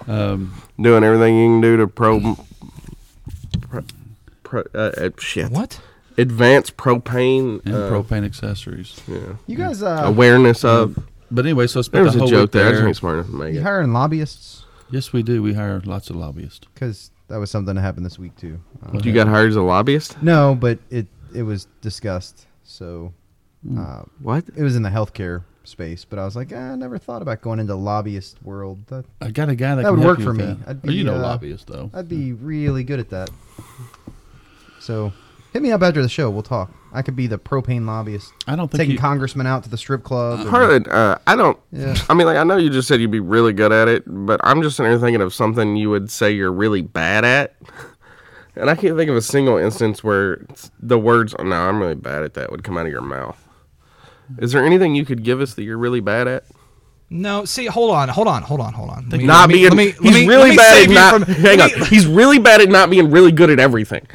Um, Doing everything you can do to pro. pro, pro uh, uh, shit. What? Advanced propane. and uh, propane accessories. yeah. you guys, uh, Awareness of. But anyway, so I spent There was Mm. the a whole joke week there. I just there. ain't smart enough to make you it. hiring lobbyists? Yes, we do. We hire lots of lobbyists. Because that was something that happened this week too. Uh, You got hired as a lobbyist? no, but it it was discussed. So uh, Hmm. What? it was in the healthcare space. But I was like, "Ah, I never thought about going into lobbyist world. That I got a guy that, That can would help work you for with me. that. I'd Oh, you be, know uh, lobbyists though. I'd be really good at that. So hit me up after the show. We'll talk. I could be the propane lobbyist. I don't think taking you- congressmen out to the strip club. and- Harlan, uh, I don't. Yeah. I mean, like, I know you just said you'd be really good at it, but I'm just sitting here thinking of something you would say you're really bad at. And I can't think of a single instance where it's- the words, "Oh, no, I'm really bad at that, would come out of your mouth. Is there anything you could give us that you're really bad at? No. See, hold on, hold on, hold on, hold on. Let me- not let me- being. let me- let he's me- let really me bad save at you not. from- hang let on. me- He's really bad at not being really good at everything.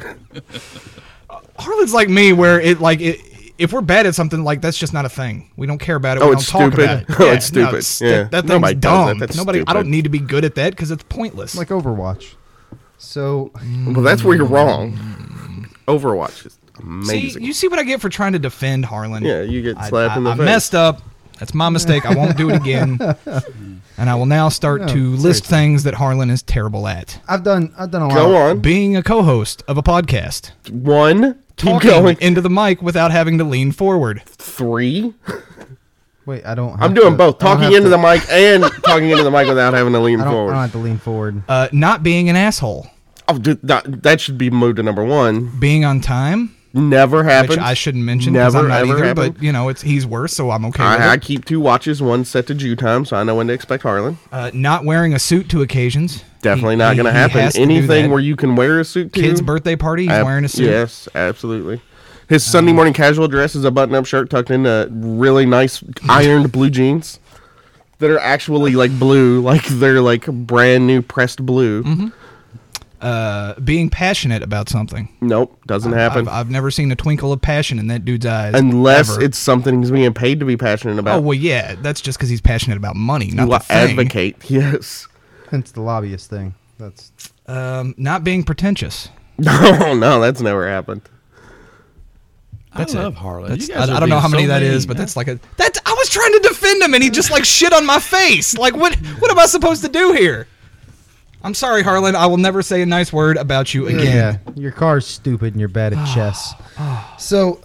Harlan's like me, where it like it. If we're bad at something, like that's just not a thing. We don't care about it. Oh, we it's don't talk about stupid. it. Oh, it's no, stupid. that- Yeah. That, thing's Nobody does that. dumb. That's Nobody. I stupid. don't need to be good at that because it's pointless. like Overwatch. So Well, that's where you're wrong. Mm. Overwatch is amazing. See, you see what I get for trying to defend Harlan. yeah, you get I, slapped I- in the I face. messed up. That's my mistake. I won't do it again. And I will now start to list things that Harlan is terrible at. I've done I've done a lot. Go of, on. Being a co-host of a podcast, One. Keep talking going. into the mic without having to lean forward. Three. Wait, I don't. Have I'm doing to- both. I don't Talking have into to- the mic and talking into the mic without having to lean I don't, I forward. don't have to lean forward. Uh, not being an asshole. Oh, dude, that, that should be moved to number one. Being on time, Never happens. which I shouldn't mention because Never, I'm not ever either. But happened. you know, it's he's worse, so I'm okay with I, I it. keep two watches, one set to Jew time, so I know when to expect Harlan. Uh, not wearing a suit to occasions. Definitely He- not he- going to he happen. has to do Anything that. where you can wear a suit to kids' birthday party, he's ab- wearing a suit. Yes, absolutely. His Sunday morning casual dress is a button-up shirt tucked into really nice ironed blue jeans that are actually like blue, like they're like brand new pressed blue. Mm-hmm. Uh, being passionate about something. Nope, doesn't happen. I've, I've never seen a twinkle of passion in that dude's eyes. unless ever. it's something he's being paid to be passionate Oh about. well, yeah. That's just because he's passionate about money, not You the thing. advocate, yes. Hence the lobbyist thing. That's Um, not being pretentious. No, no, that's never happened. That's I it. love Harlan. That's- You guys I, are I don't know being how many so that is, mean. but that's like a that's. I was trying to defend him, and he just like shit on my face. Like what? What am I supposed to do here? I'm sorry, Harlan. I will never say a nice word about you again. yeah. Your car's stupid and you're bad at chess. so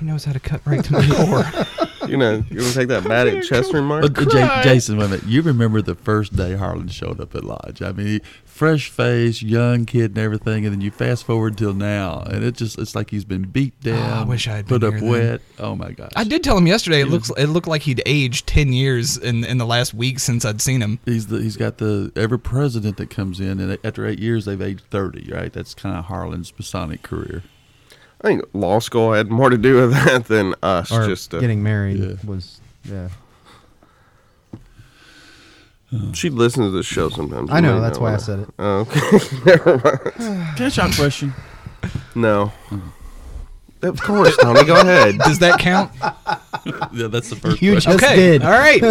He knows how to cut right to my core. You know, you're gonna take that bat at chest remark. But uh, uh, J- Jason, wait a minute. You remember the first day Harlan showed up at Lodge. I mean, he- fresh face, young kid and everything, and then you fast forward till now, and it just it's like he's been beat down. Oh, I wish I had put been up here then. wet. Oh my gosh. I did tell him yesterday. It looks it looked like he'd aged ten years in in the last week since I'd seen him. He's the he's got the every president that comes in, and after eight years they've aged thirty, right? That's kind of Harlan's Masonic career. I think law school had more to do with that than us. or just uh, getting married Yeah. was yeah. she listens to this show sometimes. I You know may that's why I that. said it. Oh, okay, never mind. Can I ask you a question? No. Of course, Tony. Go ahead. Does that count? yeah, that's the first. You question. just okay. did. All right.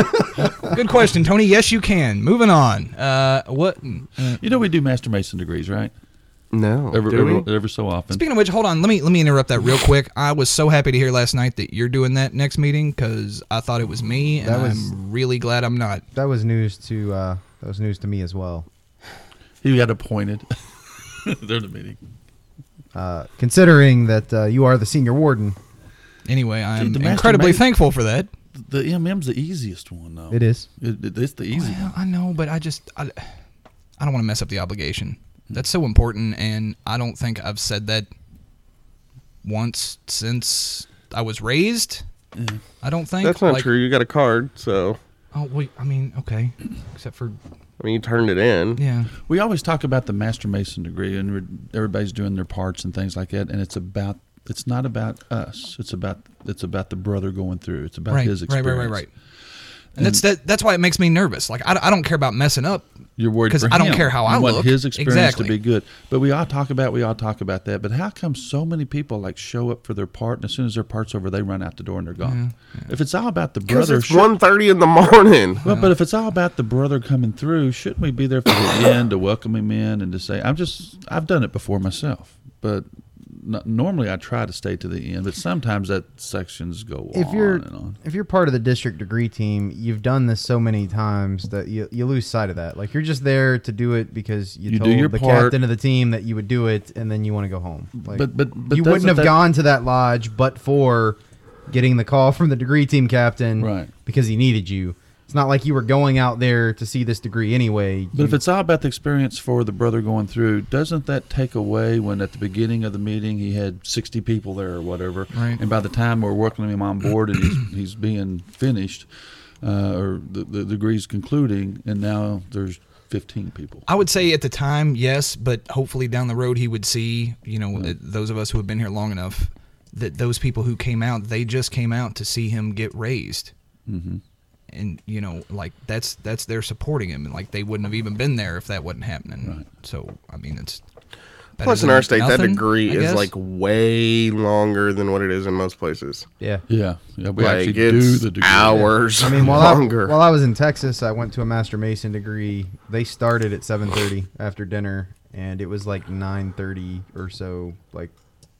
Good question, Tony. Yes, you can. Moving on. Uh, what? uh, You know we do master mason degrees, right? No. Every, do we? every, every so often. Speaking of which, hold on. Let me let me interrupt that real quick. I was so happy to hear last night that you're doing that next meeting because I thought it was me, and That was- I'm really glad I'm not. That was news to uh, that was news to me as well. he got appointed. They're the meeting. Uh, considering that uh, you are the senior warden, Anyway, I'm the master incredibly mate- thankful for that. The MM's the easiest one though. it is. It, it- Oh, it's the easy. Well, I know, but I just I, I don't want to mess up the obligation. That's so important, and I don't think I've said that once since I was raised. I don't think That's not like- true. You got a card, so Oh wait, I mean, okay, except for I mean you turned it in. yeah. We always talk about the master mason degree, and we're- everybody's doing their parts and things like that. And it's about it's not about us. It's about it's about the brother going through. It's about right, his right, experience. right, right, right. And, that's that, that's why it makes me nervous. Like I, I don't care about messing up. You're worried 'Cause for I don't him. care how You I want look. his experience Exactly. to be good. But we all talk about we all talk about that. But how come so many people like show up for their part, and as soon as their part's over, they run out the door and they're gone? Mm-hmm. If it's all about the Because brother, it's sure- one thirty in the morning. Uh-huh. Well, but if it's all about the brother coming through, shouldn't we be there for the end to welcome him in and to say, "I'm just, I've done it before myself." But n- normally, I try to stay to the end, but sometimes that sections go If on you're and on. if you're part of the district degree team, you've done this so many times that you you lose sight of that. Like you're just there to do it because you, You do told your the part. captain of the team that you would do it, and then you want to go home. Like, But- but- but you doesn't wouldn't have that- gone to that lodge but for getting the call from the degree team captain, Right. Because he needed you. It's not like you were going out there to see this degree anyway. But if You- it's all about the experience for the brother going through, doesn't that take away when at the beginning of the meeting he had 60 people there or whatever? Right. And by the time we're welcoming him on board and he's, he's being finished uh, or the, the degree's concluding, and now there's 15 people. I would say at the time, yes, but hopefully down the road he would see, you know, th- those of us who have been here long enough that those people who came out, they just came out to see him get raised. Mm-hmm. And you know, like that's that's their supporting him, and like they wouldn't have even been there if that wasn't happening. Right. So I mean, it's better Plus, in than our state, that nothing, degree I is guess. like way longer than what it is in most places. yeah. Yeah, yeah we like actually it's do the degree. hours. I mean, while longer. I, while I was in Texas, I went to a master mason degree. They started at 7:30 after dinner, and it was like 9:30 or so. Like,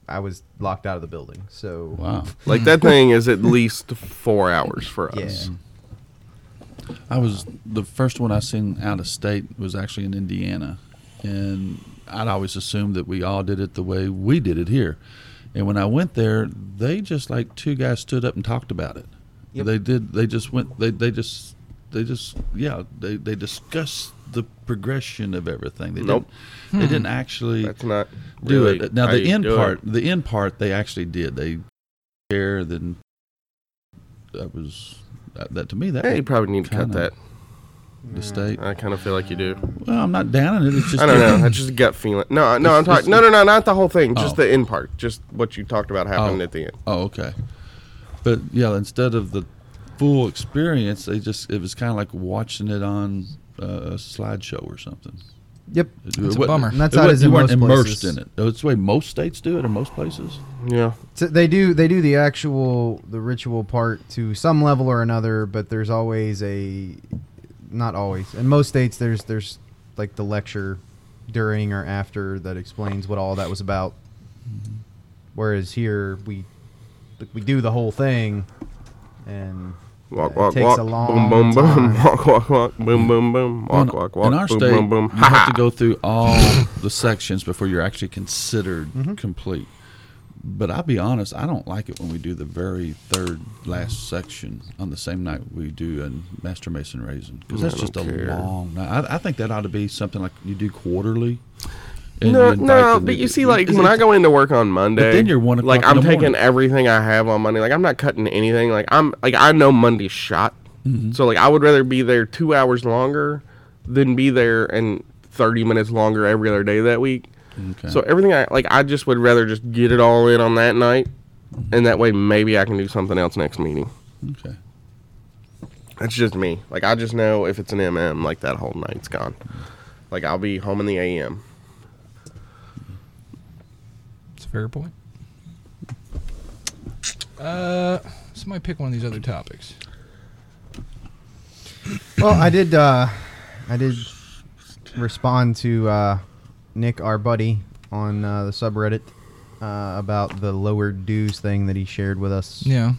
I was locked out of the building. So, Wow. like that thing is at least four hours for yeah, us. I was the first one I seen out of state was actually in Indiana, and I'd always assumed that we all did it the way we did it here. And when I went there, they just like two guys stood up and talked about it. Yep. They did. They just went. They they just they just yeah. They they discussed the progression of everything. They Nope. didn't. They didn't actually That's not do really it. Now how the you end do it. part, the end part, they actually did. They there then. That was that, that to me. That Yeah, was you probably need to cut kinda that. the state. I kind of feel like you do. Well, I'm not down in it. It's just I don't know. That's just a gut feeling. No, no, I'm It's- it's- talking. No, no, no, not the whole thing. Oh. Just the end part. Just what you talked about happened Oh. at the end. Oh, okay. But yeah, instead of the full experience, they just it was kind of like watching it on uh, a slideshow or something. yep. It- That's it a wa- bummer. it That's wa- how it is You in weren't most immersed places. in it. That's the way most states do it, or most places. Yeah. So they do they do the actual the ritual part to some level or another, but there's always a not always in most states there's there's like the lecture during or after that explains what all that was about. Whereas here we we do the whole thing and Walk, It walk, takes walk. a long boom, boom, boom. time. Walk, walk, walk. Boom, boom, boom. Well, Walk, walk, walk. in our boom, state, boom, boom. you Mm-hmm. have to go through all the sections before you're actually considered complete. But I'll be honest, I don't like it when we do the very third last section on the same night we do a Master Mason Raisin because that's Mm, I just a don't care. long night. I, I think that ought to be something like you do quarterly. and No, invite no, the but new- you see, like It's- when I it's- go into work on Monday, then you're one Like o'clock in I'm the taking morning. everything I have on Monday. Like I'm not cutting anything. Like I'm like I know Monday's shot. Mm-hmm. So like I would rather be there two hours longer than be there and thirty minutes longer every other day that week. Okay. So everything I like, I just would rather just get it all in on that night, and that way maybe I can do something else next meeting. okay. That's just me. Like I just know if it's an MM, like that whole night's gone. Like I'll be home in the AM. It's a fair point. Uh, somebody pick one of these other topics. Well, I did. Uh, I did respond to uh, Nick, our buddy, on uh, the subreddit uh, about the lower dues thing that he shared with us. Yeah.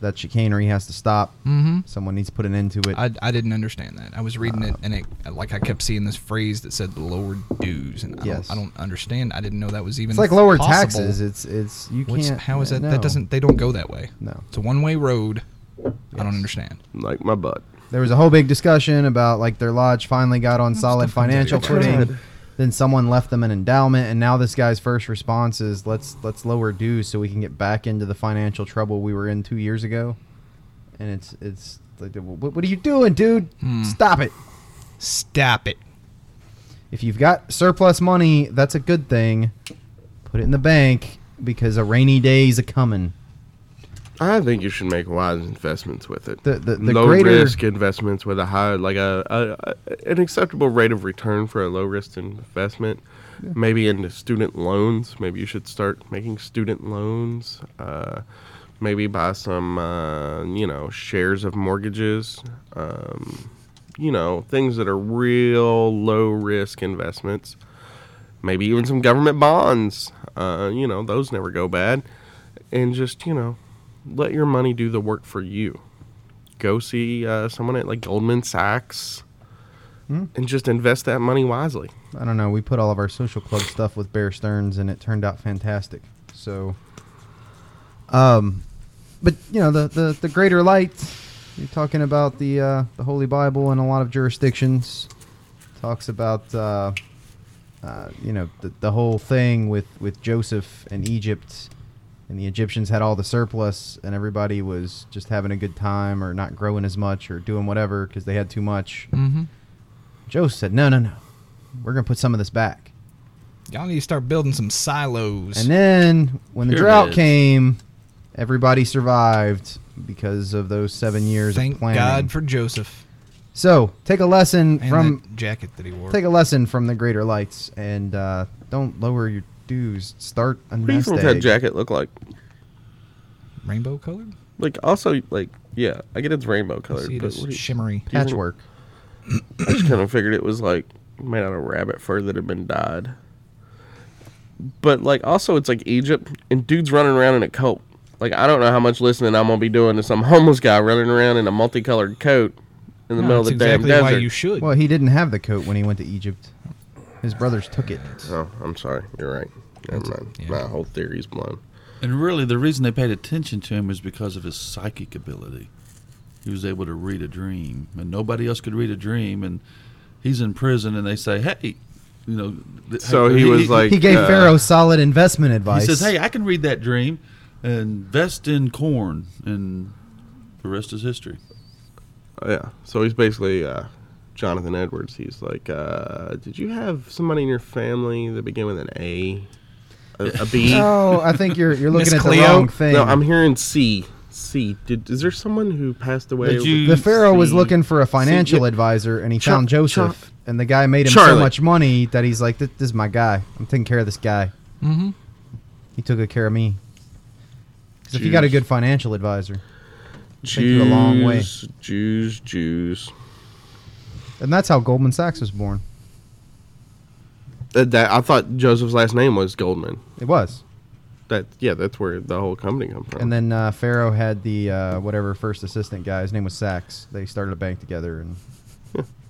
That chicanery has to stop. Mm-hmm. Someone needs to put an end to it. I, I didn't understand that. I was reading it and it like I kept seeing this phrase that said lower dues and I, Yes. don't, I don't understand. I didn't know that was even. it's like lower possible. taxes. It's it's you What's, can't. how is that? no. That doesn't. They don't go that way. No. It's a one way road. I don't understand. Like my butt. There was a whole big discussion about like their lodge finally got on solid stuff comes financial out of your footing. Then someone left them an endowment, and now this guy's first response is let's let's lower dues so we can get back into the financial trouble we were in two years ago. And it's it's like what, what are you doing, dude? Stop it. Stop it. If you've got surplus money, that's a good thing. Put it in the bank because a rainy day's a coming. I think you should make wise investments with it. The- the- the low greater- risk investments with a high, like a, a, a- an acceptable rate of return for a low risk investment. Maybe into student loans. Maybe you should start making student loans. Uh, maybe buy some, uh, you know, shares of mortgages. Um, you know, things that are real low risk investments. Maybe even some government bonds. Uh, you know, those never go bad. And just you know, let your money do the work for you. Go see uh, someone at like Goldman Sachs Hmm? and just invest that money wisely. I don't know. We put all of our social club stuff with Bear Stearns, and it turned out fantastic. So, um, but you know the the, the greater light. You're talking about the uh, the Holy Bible in a lot of jurisdictions. Talks about uh, uh, you know the, the whole thing with with Joseph and Egypt, and the Egyptians had all the surplus, and everybody was just having a good time or not growing as much or doing whatever because they had too much. Mm-hmm. Joseph said, "No, no, no. We're gonna put some of this back." Y'all need to start building some silos. And then when the drought Pyramids. came, everybody survived because of those seven years Thank of planning. God for Joseph so take a lesson and from that jacket that he wore. take a lesson from the greater lights and uh, don't lower your dues. Start a What do you nest think that egg. jacket look like? Rainbow colored. Like also like yeah, I get it's rainbow I colored, see it but what do as you- shimmery. think- patchwork. I just kind of figured it was like made out of rabbit fur that had been dyed. But like also it's like Egypt and dudes running around in a coat. Like I don't know how much listening I'm gonna be doing to some homeless guy running around in a multicolored coat in the middle of that's the exactly damn why desert. you should. Well, he didn't have the coat when he went to Egypt. His brothers took it. Oh, I'm sorry. You're right. Never mind. yeah. My whole theory's blown. And really, the reason they paid attention to him was because of his psychic ability. He was able to read a dream, and nobody else could read a dream. And he's in prison, and they say, "Hey, you know." th- So hey- he was like- He gave uh, Pharaoh solid investment He advice. says, "Hey, I can read that dream. Invest in corn, and the rest is history." Oh, yeah. So he's basically uh, Jonathan Edwards. He's like, uh, did you have somebody in your family that began with an A, a, a B? No, Oh, I think you're you're Miss looking at the Cleo? wrong thing. No, I'm hearing C. C. Did is there someone who passed away? Did you- The pharaoh was See- looking for a Mm, see, financial yeah. advisor, and he Char- found Joseph, and the guy made him so Charlie. much money that he's like, "This, this is my guy. I'm taking care of this guy. Mm-hmm. He took good care of me." 'Cause if you got a Jews. good financial advisor, Jews, take you a long way. Jews, Jews. and that's how Goldman Sachs was born. Uh, that I thought Joseph's last name was Goldman. It was, That yeah, that's where the whole company come from. and then uh, Pharaoh had the uh, whatever first assistant guy. His name was Sachs. They started a bank together, and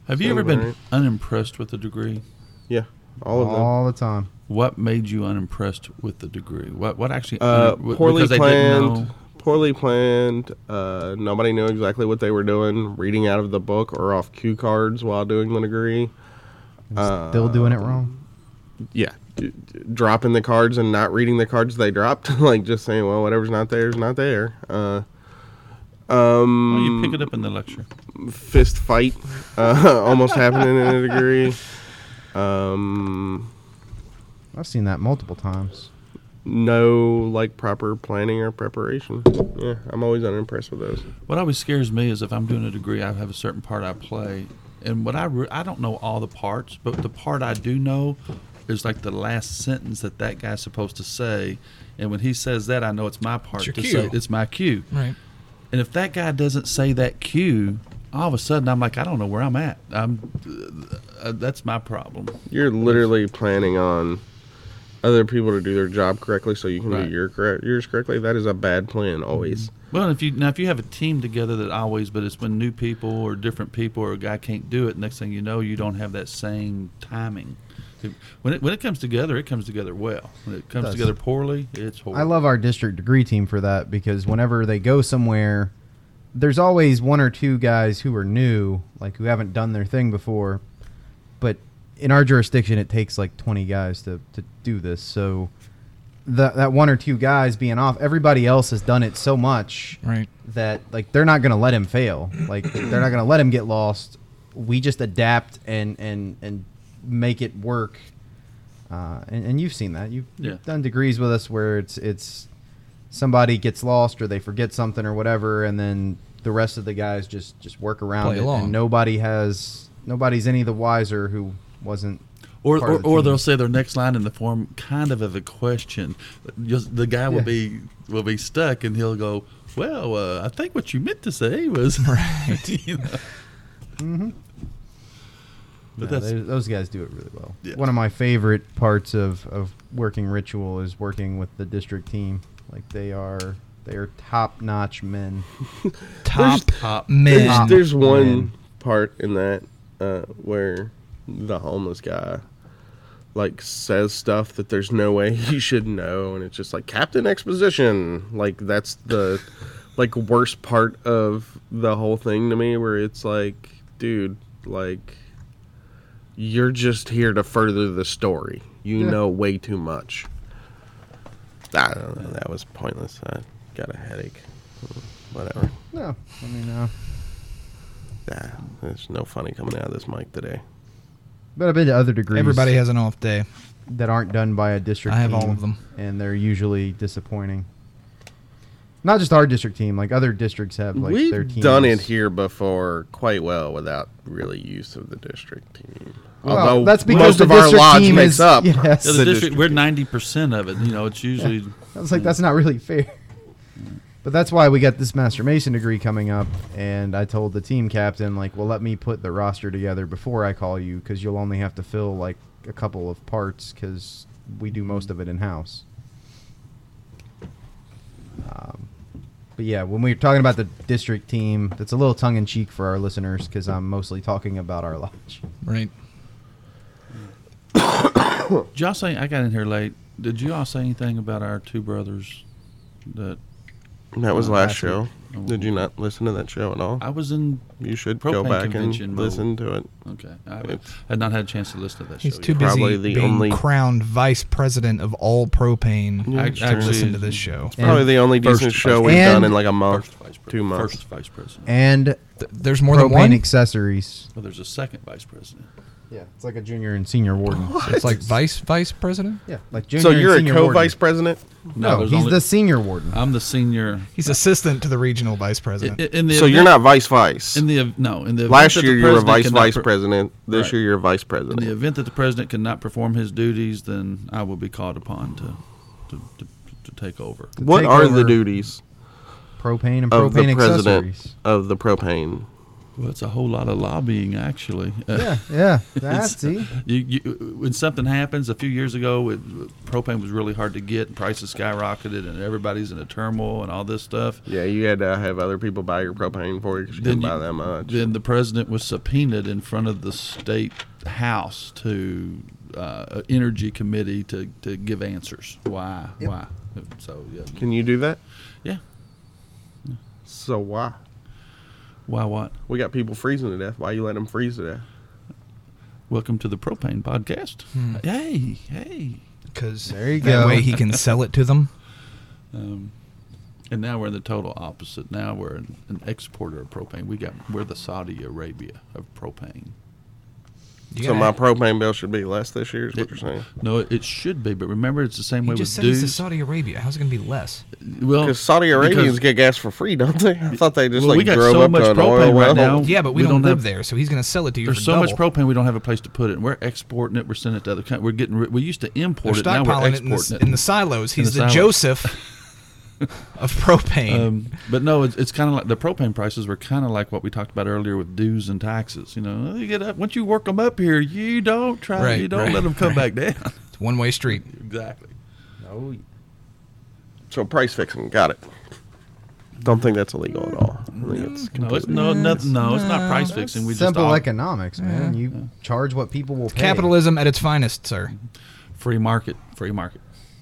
Have you Sounds ever been alright. unimpressed with a degree? yeah, All of them. all the time. What made you unimpressed with the degree? What what actually? Uh, under- wh- poorly because they didn't planned. know- Poorly planned. Uh, nobody knew exactly what they were doing. Reading out of the book or off cue cards while doing the degree. Uh, Still doing it wrong. Yeah, d- d- dropping the cards and not reading the cards they dropped. like just saying, well, whatever's not there is not there. Uh, Oh, you mm, pick it up in the lecture. fist fight uh, almost happening in a degree. Um, I've seen that multiple times. no like proper planning or preparation. Yeah, I'm always unimpressed with those. What always scares me is if I'm doing a degree, I have a certain part I play, and what I re- I don't know all the parts, but the part I do know is like the last sentence that that guy's supposed to say, and when he says that, I know it's my part your to cue. say it's my cue. Right. And if that guy doesn't say that cue, all of a sudden I'm like, I don't know where I'm at. I'm uh, that's my problem. You're literally planning on other people to do their job correctly so you can Right. do your correct, yours correctly. That is a bad plan always. Well, if you now if you have a team together that always, but it's when new people or different people or a guy can't do it. Next thing you know, you don't have that same timing. If- When it when it comes together, it comes together well. When it comes does. together poorly, it's horrible. I love our district degree team for that because whenever they go somewhere, there's always one or two guys who are new, like who haven't done their thing before. But in our jurisdiction, it takes like 20 guys to, to do this. So that that one or two guys being off, everybody else has done it so much Right. that like they're not going to let him fail. Like they're not going to let him get lost. We just adapt and and and make it work. Uh, and, and you've seen that. You've, Yeah. you've done degrees with us where it's it's somebody gets lost or they forget something or whatever, and then the rest of the guys just just work around Play it, along. and nobody has nobody's any the wiser who wasn't. Or, part or, of the or team. they'll say their next line in the form kind of of a question. Just, the guy will Yeah. be will be stuck, and he'll go, "Well, uh, I think what you meant to say was right." But No, that's Mm-hmm. they- those guys do it really well. Yeah. One of my favorite parts of, of working ritual is working with the district team. Like they are they are top notch men. Top, top men. There's, there's Um, one and- part in that uh, where the homeless guy like says stuff that there's no way he should know, and it's just like Captain Exposition. Like that's the like worst part of the whole thing to me, where it's like, dude, like you're just here to further the story. You Yeah. know way too much. I don't know. That was pointless. I got a headache. Hmm, Whatever. No, I mean, uh, Nah, there's no funny coming out of this mic today. but I've been to other degrees Everybody has an off day. that aren't done by a district. I have team, all of them. and they're usually disappointing. Not just our district team, like other districts have like their We've teams. done it here before quite well without really use of the district team. Well, Although that's most because the of our district lodge team makes is- up. yes. The Yeah, the district, we're ninety percent of it. You know, it's usually I was like, that's not really fair. But that's why we got this Master Mason degree coming up, and I told the team captain, like, well, let me put the roster together before I call you, because you'll only have to fill like a couple of parts, because we do most of it in house. Um, But yeah, when we were talking about the district team, that's a little tongue in cheek for our listeners, because I'm mostly talking about our lodge. Right. Did y'all say I got in here late? Did you all say anything about our two brothers? That That was Uh, last last show. week. Did you not listen to that show at all? I was in. You should Propane go back and convention mode. listen to it. Okay, I had not had a chance to listen to that He's show. too yet. busy Probably the being only- crowned vice president of all propane Yeah, to actually- listen to this show. And- Probably the only First decent vice show we've president. done in like a month, First vice president. two months. First vice president. And Th- there's more than propane one. accessories. Well, there's a second vice president. Yeah, it's like a junior and senior warden. It's like vice vice president. yeah, like junior. So you're a and senior co-vice warden. president. No, no, there's he's only, the senior warden. I'm the senior. He's assistant to the regional vice In, president. in the So you're not event- vice vice. in the ev- no in the event Last that the year you were president vice cannot vice per- president. This Right. year you're vice In president. the event that the president cannot perform his duties, then I will be called upon to to, to, to take over. what take are the over duties propane and of propane the president accessories. of the propane? Well, it's a whole lot of lobbying, actually. Yeah, yeah. That's see. uh, You, you, when something happens, a few years ago, it, propane was really hard to get, and prices skyrocketed, and everybody's in a turmoil and all this stuff. Yeah, you had to have other people buy your propane for you 'cause you Then couldn't buy you- that much. Then the president was subpoenaed in front of the state house to uh, energy committee to, to give answers. Why? Why? So yeah, Can you do that? yeah. So why? Why what? We got people freezing to death. Why you let them freeze to death? Welcome to the propane podcast. Hey, hey. because There you that go. way he can sell it to them. Um, and now we're in the total opposite. Now we're an, an exporter of propane. We got we're the Saudi Arabia of propane. You so gotta- my propane bill should be less this year. Is what It- you're saying? No, it, it should be, but remember it's the same you way just with said it's in dues. Saudi Arabia. How's it going to be less? well, Because Saudi because- Arabians get gas for free, don't they? I thought they just Well, we like got drove so up much to an propane oil well. right now. Yeah, but we, we don't, don't live have- there, so he's going to sell it to you There's for so much double. propane we don't have a place to put it. And we're exporting it. We're sending it to other countries. We're getting rid- we used to They're import it. Now we're stockpiling it in, exporting the, it. in the silos. He's the the, silos. Joseph of propane. Um, but no, it's, it's kind of like the propane prices were kind of like what we talked about earlier with dues and taxes. You know, you get up once you work them up here, you don't try, Right, you don't right, let them come right. back down. it's one way street. exactly. Oh, So price fixing, got it. Don't think that's illegal at all. I think it's No, it's no, nothing. No, it's not price fixing. We simple just like economics, man. You charge what people will pay. Capitalism at its finest, sir. free market, free market,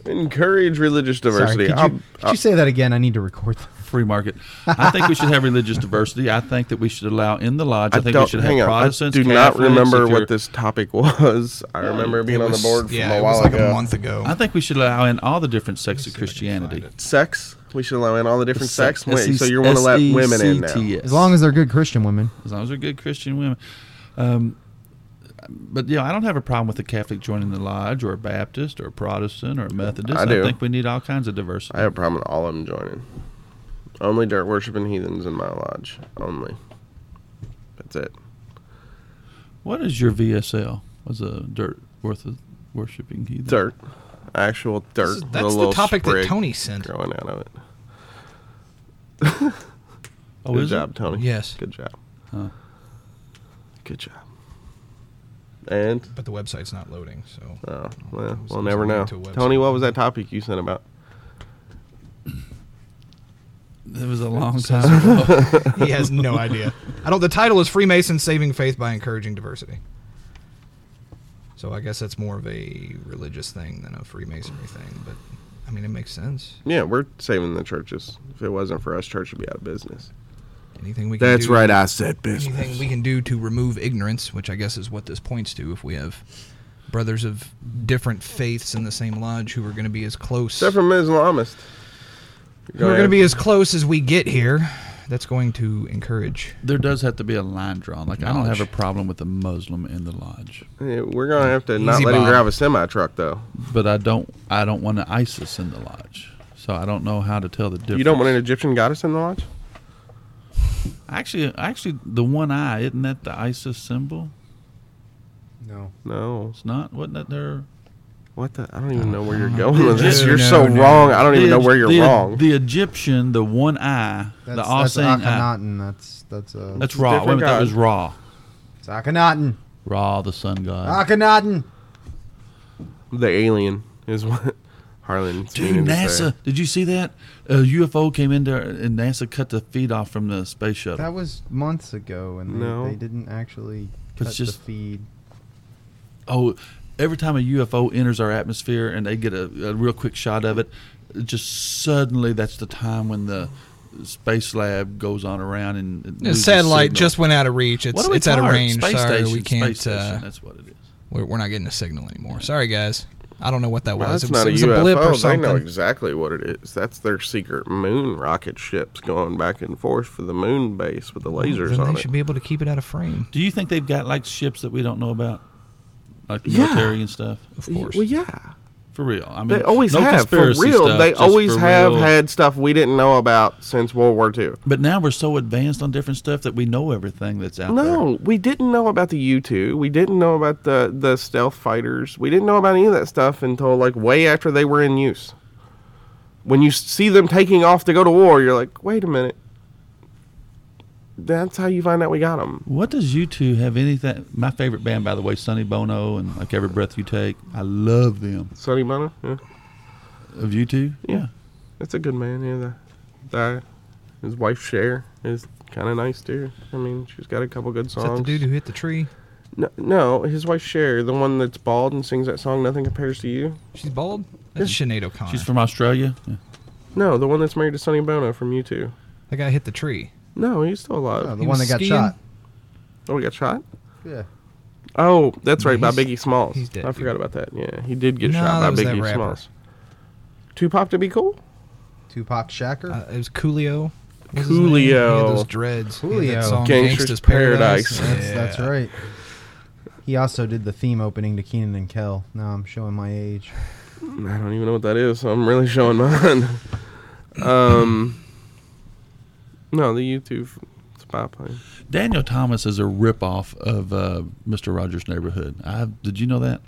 encourage religious Sorry, diversity. could, you, I'll- could you say that again? I need to record. That. free market. I think we should have religious diversity. I think that we should allow in the lodge. I, think we should have Protestants. I do not Catholics, remember if you're- what this topic was. I remember being It on the was- board from yeah, a it while was like ago. a month ago. I think we should allow in all the different sects of Christianity. Sex. We should allow in all the different sex. Sec- E Wait, so you want to let women in now? SECTS. As long as they're good Christian women. as long as they're good Christian women. Um, but you know, I don't have a problem with a Catholic joining the lodge, or a Baptist, or a Protestant, or a Methodist. I do. think we need all kinds of diversity. I have a problem with all of them joining. Only dirt worshipping heathens in my lodge. Only. That's it. what is your VSL? What's a dirt worth of worshiping heathen? Dirt. Actual dirt. This is- with a that's the little topic that sprig Tony sent. growing out of it. Oh, Good is it? job, Tony. Yes. Good job. Huh. Good job. And But the website's not loading, so oh, well, was- we'll was never a know. link to a Tony, website. what was that topic you sent about? It was a long time ago. he has no idea. I don't. The title is Freemason Saving Faith by Encouraging Diversity. So I guess that's more of a religious thing than a Freemasonry thing. But I mean, it makes sense. Yeah, we're saving the churches. If it wasn't for us, church would be out of business. Anything we can do, I said Anything we can do to remove ignorance, which I guess is what this points to, if we have brothers of different faiths in the same lodge who are going to be as close, Except from Islamists. who are going to be as close as we get here, that's going to encourage. there does have to be a line drawn. Like I don't Knowledge. have a problem with a Muslim in the lodge, Yeah, We're gonna have to not Easy, let him Bob. drive a semi truck though. but I don't. I don't want an ISIS in the lodge. So I don't know how to tell the difference. You don't want an Egyptian goddess in the lodge? actually. Actually, the one eye isn't that the ISIS symbol? No. No. It's not. Wasn't that their What the? I don't even know where you're going with this. No, You're no, so no. wrong. I don't even the- know where you're the- wrong. The Egyptian, the one eye, That's, the all that's seeing eye. Akhenaten. That's that's uh, That's Ra. Wait a different minute, that god. was Ra. it's Akhenaten. Ra, the sun god. Akhenaten. The alien is what Harlan. Dude, NASA. Did you see that? A UFO came in there and NASA cut the feet off from the space That shuttle. was months ago, and they, No. they didn't actually It's cut just- the feed. Oh, every time a UFO enters our atmosphere and they get a, a real quick shot of it, it just suddenly that's the time when the space lab goes on around and. it The loses satellite signal. just went out of reach. It's, What do we it's out of call it? range. Space Sorry, station, we can't. Space station, Uh, that's what it is. we're, we're not getting a signal anymore. Sorry, guys. I don't know what that Well, was. that's it was, not it was a UFO. blip or they something. know exactly what it is. That's their secret moon rocket ships going back and forth for the moon base with the lasers then on they it. should be able to keep it out of frame. Do you think they've got like ships that we don't know about, like the Yeah. military and stuff? Of course. Well, yeah, For real, I mean, they always Mm. no have. For conspiracy real, stuff, they just always for have real. had stuff we didn't know about since World War II. But now we're so advanced on different stuff that we know everything that's out there. No, we didn't know about the U two. We didn't know about the the stealth fighters. We didn't know about any of that stuff until like way after they were in use. When you see them taking off to go to war, you're like, wait a minute. That's how you find out we got them. What does you two have anything? My favorite band, by the way, Sonny Bono, and like every breath you take, I love them. Sonny Bono, yeah, Of you two, yeah. that's a good man. Yeah, that, that his wife Cher is kind of nice too. I mean, she's got a couple good Is that the songs. dude who hit the tree? No, no, his wife Cher, the one that's bald and sings that song "Nothing Compares to You." She's bald. That's Sinead O'Connor. She's from Australia. Yeah. No, the one that's married to Sonny Bono from U2. that guy hit the tree. No, he's still alive. Oh, the He one that was got skiing. shot. Oh, he got shot. Yeah. Oh, that's right, by he's- Biggie Smalls. he's dead, I forgot dude. about that. Yeah, he did get No, shot that by was that Biggie rapper. Smalls. Tupac to be cool. Tupac Shakur. Uh, it was Coolio. What was his name? He had those Coolio. dreads. He had that Coolio. song, Gangsta's Gangsta's Paradise. Paradise. That's, that's right. He also did the theme opening to Keenan and Kel. Now I'm showing my age. I don't even know what that is, so I'm really showing mine. um, no, the YouTube spy plane. Daniel Thomas is a ripoff of uh, Mr. Rogers' Neighborhood. I did you know that?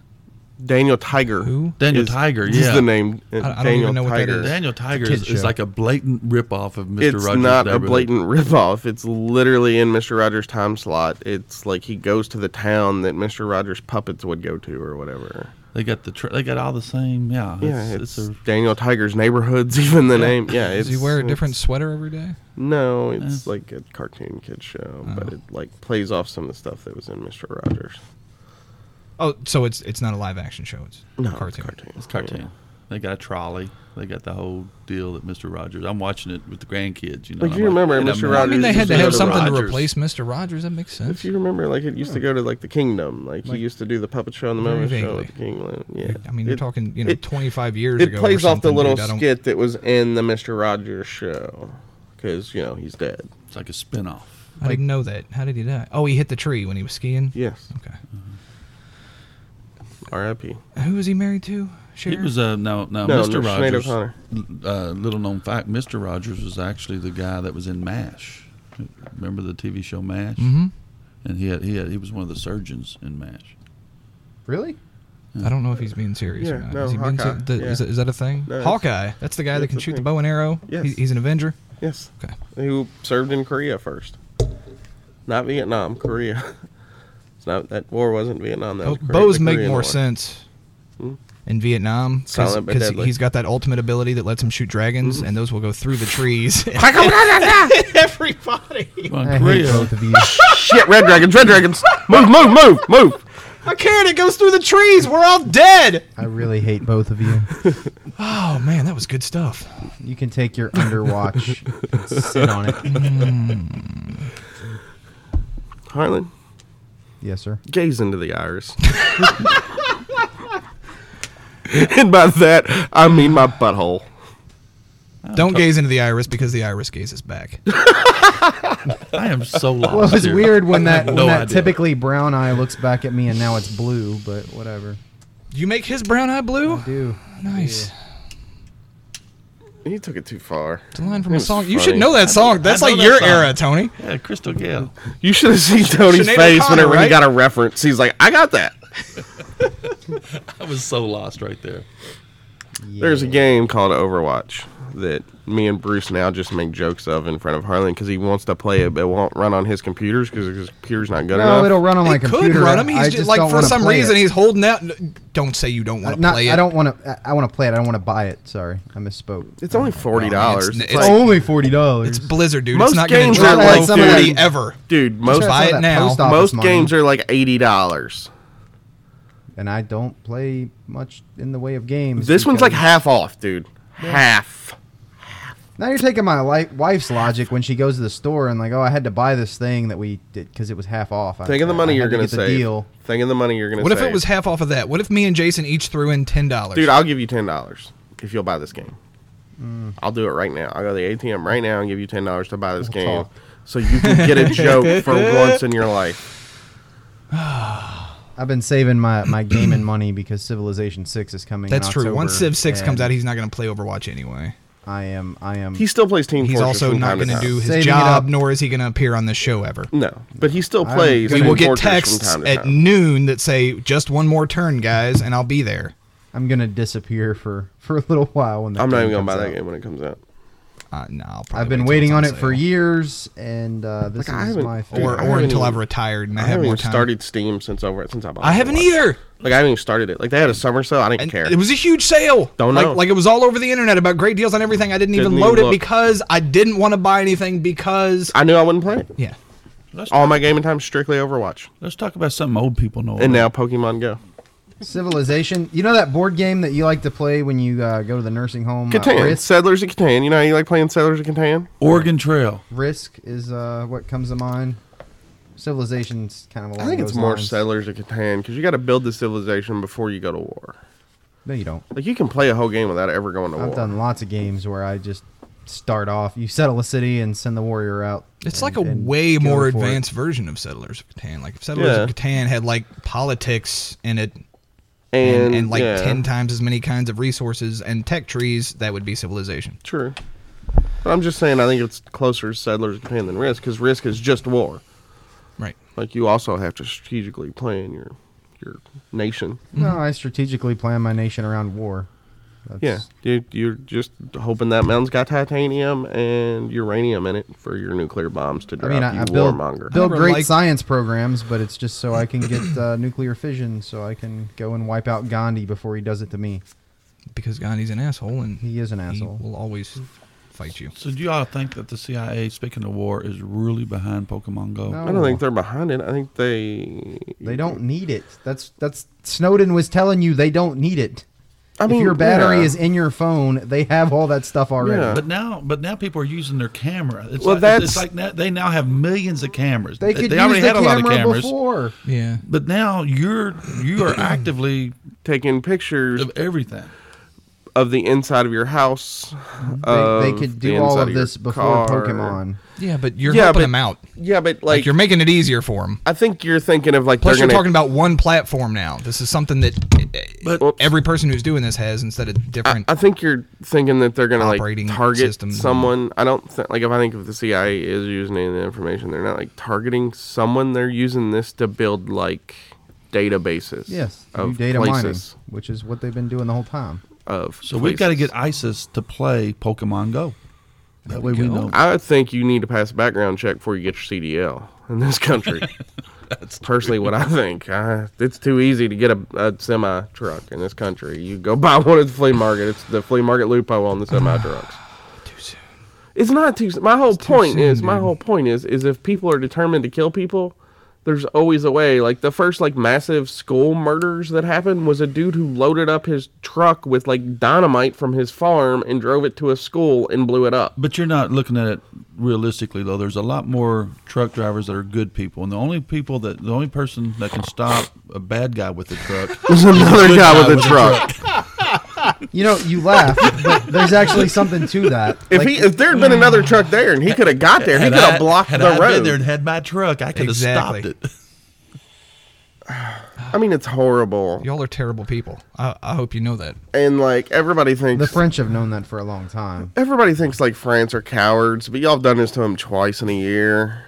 Daniel Tiger. Who? Daniel Tiger, is yeah. the name. uh, I don't even Daniel know what that Tiger. is. Daniel Tiger kid is, is show. like a blatant ripoff of Mr. It's Rogers' not a Neighborhood. blatant ripoff. It's literally in Mr. Rogers' time slot. It's like he goes to the town that Mr. Rogers' puppets would go to, or whatever. They got the tr- they got all the same. Yeah, Yeah, it's, it's, it's a Daniel Tiger's neighborhoods. Even the name. Yeah, it's, Does he wear a it's- different Eh. sweater every day? No, it's Yes. like a cartoon kid show, but it like plays off some of the stuff that was in Mister Rogers. Oh, so it's it's not a live action show. It's No, a cartoon. it's cartoon. They got a trolley. They got the whole deal that Mr. Rogers. I'm watching it with the grandkids. You know. But and you I'm like, remember "Wait a Mr. minute, I mean, they Rogers had to is have Mr. something to Rogers." replace Mr. Rogers. That makes sense. If you remember, like it used to go to like the Kingdom. Like, he used to do the puppet show and the Very Muppet show vaguely. at the Kingdom. Yeah, I mean, you're It- talking you know it- 25 years It ago. plays or off the something, little dude. I don't- skit that was in the Mister Rogers show, because you know he's dead. It's like a spin-off. I didn't know that. How did he die? Oh, he hit the tree when he was skiing. Yes, Okay. R.I.P. Who was he married to? Cher? He was uh, no no, No, Mr. no, Sinead Rogers. O'Connor. Uh, little known fact: Mr. Rogers was actually the guy that was in Mash. Remember the TV show Mash? Mm-hmm. And he had, he had, he was one of the surgeons in Mash. Really? I don't know if he's being serious or Yeah, not. no, is, he being ser- Hawkeye, the- is, yeah. is that a thing? No, it's- Hawkeye. That's the guy that it's can a shoot the thing. bow and arrow. Yes. He- he's an Avenger. Yes, Okay. who served in Korea first, not Vietnam, Korea. It's not that war wasn't Vietnam. That Oh, was Korea, bows the make Korean more War. sense in Vietnam Silent but because deadly. he's got that ultimate ability that lets him shoot dragons, and those will go through the trees. Everybody. Well, I in hate Korea, both of you. Shit, red dragons, red dragons. Move, move, move, move. I can't. It goes through the trees. We're all dead. I really hate both of you. Oh man, that was good stuff. You can take your underwatch and sit on it. Harlan, Yes, sir. gaze into the iris. and by that, I mean my butthole. Don't gaze into the iris because the iris gazes back. I am so lost. Well, it was here. weird when I that have when no that idea. typically brown eye looks back at me and now it's blue, but whatever. you make his brown eye blue. I do. Oh, Nice. He took it too far. It's a line from It a was song. You funny. should know that song. That's know like that your song. era, Tony. Yeah, Crystal Gale. You should have seen Tony's Sinead face O'Connor, whenever right? he got a reference. He's like, I got that. I was so lost right there. There's a game called Overwatch that me and Bruce now just make jokes of in front of Harlan because he wants to play it, but it won't run on his computers because his computer's not good No, enough. it'll run on my it computer. could run him. He's I just, like don't for wanna some play reason it. he's holding out. N- Don't say you don't want Uh, to not, play it. I don't want to. I, I want to play it. I don't want to buy it. Sorry, I misspoke. It's only forty dollars. it's- like, it's- only forty dollars. It's Blizzard, dude. Most it's not going games to are drop like like some of that- somebody ever. dude, most Buy it now. most games are like eighty dollars. and I don't play much in the way of games. This one's like because- half off, dude. Half. Now you're taking my li- wife's logic when she goes to the store and like, oh, I had to buy this thing that we did because it was half off. I- Think of the I- money I had you're to gonna get the save. Deal. Think of the money you're gonna What if save. it was half off of that? What if me and Jason each threw in ten dollars? dude? I'll give you ten dollars if you'll buy this game. Mm. I'll do it right now. I'll go to the ATM right now and give you ten dollars to buy this game, talk. so you can get a joke for once in your life. I've been saving my, my gaming money because Civilization Six is coming. in That's true. Once October, Civ Six comes and out, he's not going to play Overwatch anyway. I am. I am. He still plays Team He's Fortress. also from not time to going to time. do his Saving it up. job, nor is he going to appear on this show ever. no, but he still I'm plays. gonna- We Team will get Fortress from texts time to at time. noon that say, "Just one more turn, guys," and I'll be there. I'm gonna disappear for for a little while. When that I'm not even gonna game buy comes that out. game when it comes out. Uh, no, I'll probably I've been wait till waiting on it's it for sale. years, and uh, this Like, I is haven't- my dude, or, I favorite. or haven't until even- I've retired and I, I have haven't more even time. started Steam since over since I bought. I haven't Overwatch. either. Like I haven't even started it. Like they had a summer sale. I didn't And care. It was a huge sale. Don't like, know. Like it was all over the internet about great deals on everything. I didn't, Didn't even even load it look. because I didn't want to buy anything because I knew I wouldn't play it. yeah. Let's, All my gaming time strictly Overwatch, let's talk about something old people know. and about. now Pokemon Go. Civilization. You know that board game that you like to play when you uh, go to the nursing home? Uh, Catan, Risk, Settlers of Catan. You know how you like playing Settlers of Catan? Oregon Trail. Risk is uh, what comes to mind. Civilization's kind of along I think it's those more lines. Settlers of Catan because you got to build the civilization before you go to war. No, you don't. Like you can play a whole game without ever going to I've war. done lots of games where I just start off. You settle a city and send the warrior out. and- It's like a and way go more for it. advanced version of Settlers of Catan. Like if Settlers of Yeah. Catan had like politics in it and, and, and, like yeah, ten times as many kinds of resources and tech trees, that would be civilization. True. But I'm just saying, I think it's closer to Settlers of Catan than Risk because Risk is just war. Right. Like you also have to strategically plan your your nation. No, I strategically plan my nation around war. That's, Yeah, you, you're just hoping that mountain's got titanium and uranium in it for your nuclear bombs to I drop mean, you I, I build, warmonger. build Never great liked- science programs, but it's just so I can get uh, nuclear fission, so I can go and wipe out Gandhi before he does it to me. Because Gandhi's an asshole and He is an he asshole. will always fight you. So do y'all think that the CIA, speaking of war, is really behind Pokemon Go? No. I don't think they're behind it. I think they They don't need it. That's that's Snowden was telling you they don't need it. I if mean, your battery yeah. is in your phone, they have all that stuff already. Yeah. But now, but now people are using their camera. It's Well, like, it's- that's- it's like now, they now have millions of cameras. They could use already the had a lot camera of cameras, before. Yeah. but now you're you are actively taking pictures of everything. of the inside of your house. They, they of could the do all inside of your this before car. Pokemon. Yeah, but you're Yeah, helping but- them out. Yeah, but Like, like, you're making it easier for them. I think you're thinking of like Plus, they're you're gonna- talking about one platform now. This is something that But- but, every person who's doing this has instead of I, different. I think you're thinking that they're gonna like Operating target systems and- someone. I don't think like if I think if the CIA is using any of the information, they're not like targeting someone. They're using this to build like databases. Yes, to do of data places mining, which is what they've been doing the whole time. of. So we've got to places. get ISIS to play Pokemon Go. That way we go. know. Um, I think you need to pass a background check before you get your CDL in this country. That's personally what I think. I, it's too easy to get a, a semi truck in this country. You go buy one at the flea market. It's the flea market loophole on the semi trucks. Ah, Too soon. It's not too. My whole too point soon, is my dude. whole point is is if people are determined to kill people, there's always a way. Like the first like massive school murders that happened was a dude who loaded up his truck with like dynamite from his farm and drove it to a school and blew it up. But you're not looking at it realistically, though. There's a lot more truck drivers that are good people, and the only people that the only person that can stop a bad guy with a truck is Another good guy with a truck. You know, you laugh, but there's actually something to that. If Like, hmm. he if there had been another truck there and he could have got there, he Had could have I- blocked had the I Been road. there and had my truck, I could have Exactly. stopped it. I mean, it's horrible. Y'all are terrible people. I, I hope you know that. And like everybody the thinks French have known that for a long time. everybody thinks like France are cowards, but y'all have done this to him twice in a year.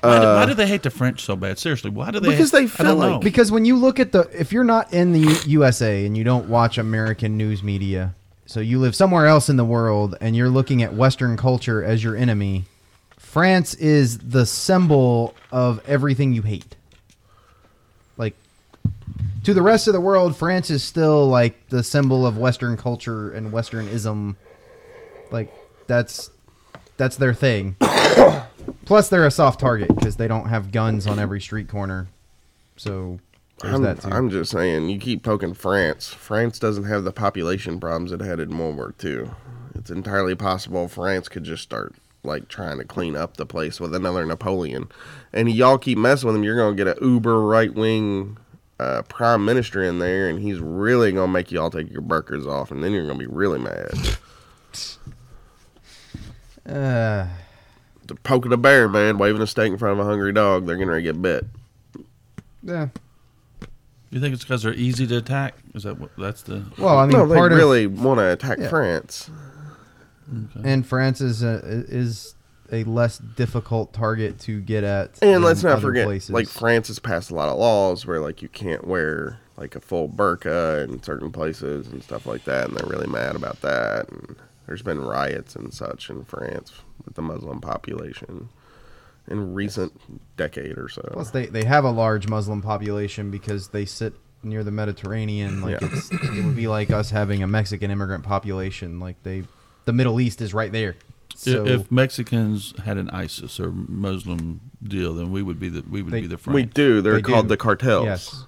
Why do, why do they hate the French so bad? Seriously, why do they? Uh, Because they I feel don't like- know. Because when you look at the, if you're not in the U- USA and you don't watch American news media, so you live somewhere else in the world and you're looking at Western culture as your enemy, France is the symbol of everything you hate. Like, to the rest of the world, France is still like the symbol of Western culture and Westernism. Like, that's that's their thing. Plus, they're a soft target because they don't have guns on every street corner. So there's I'm, that too. I'm just saying, you keep poking France. France doesn't have the population problems it had in World War II. It's entirely possible France could just start like trying to clean up the place with another Napoleon. And y'all keep messing with him, you're gonna get a uber right wing uh, prime minister in there, and he's really gonna make y'all take your burkers off, and then you're gonna be really mad. uh, They're poking a bear, man, waving a stake in front of a hungry dog. They're gonna get bit. yeah. you think it's because they're easy to attack? Is that what? That's the. Well, I mean, no, they part really want to attack Yeah. France. of and France is a, is a less difficult target to get at. than And let's not other forget, places. like France has passed a lot of laws where like you can't wear like a full burqa in certain places and stuff like that, and they're really mad about that. And there's been riots and such in France with the Muslim population in recent decade or so. Plus, they, they have a large Muslim population because they sit near the Mediterranean. Like Yeah. it's, it would be like us having a Mexican immigrant population. Like they, the Middle East is right there. It's So if Mexicans had an ISIS or Muslim deal, then we would be the we would They- be the front. We do. They're They called do. the cartels. yes,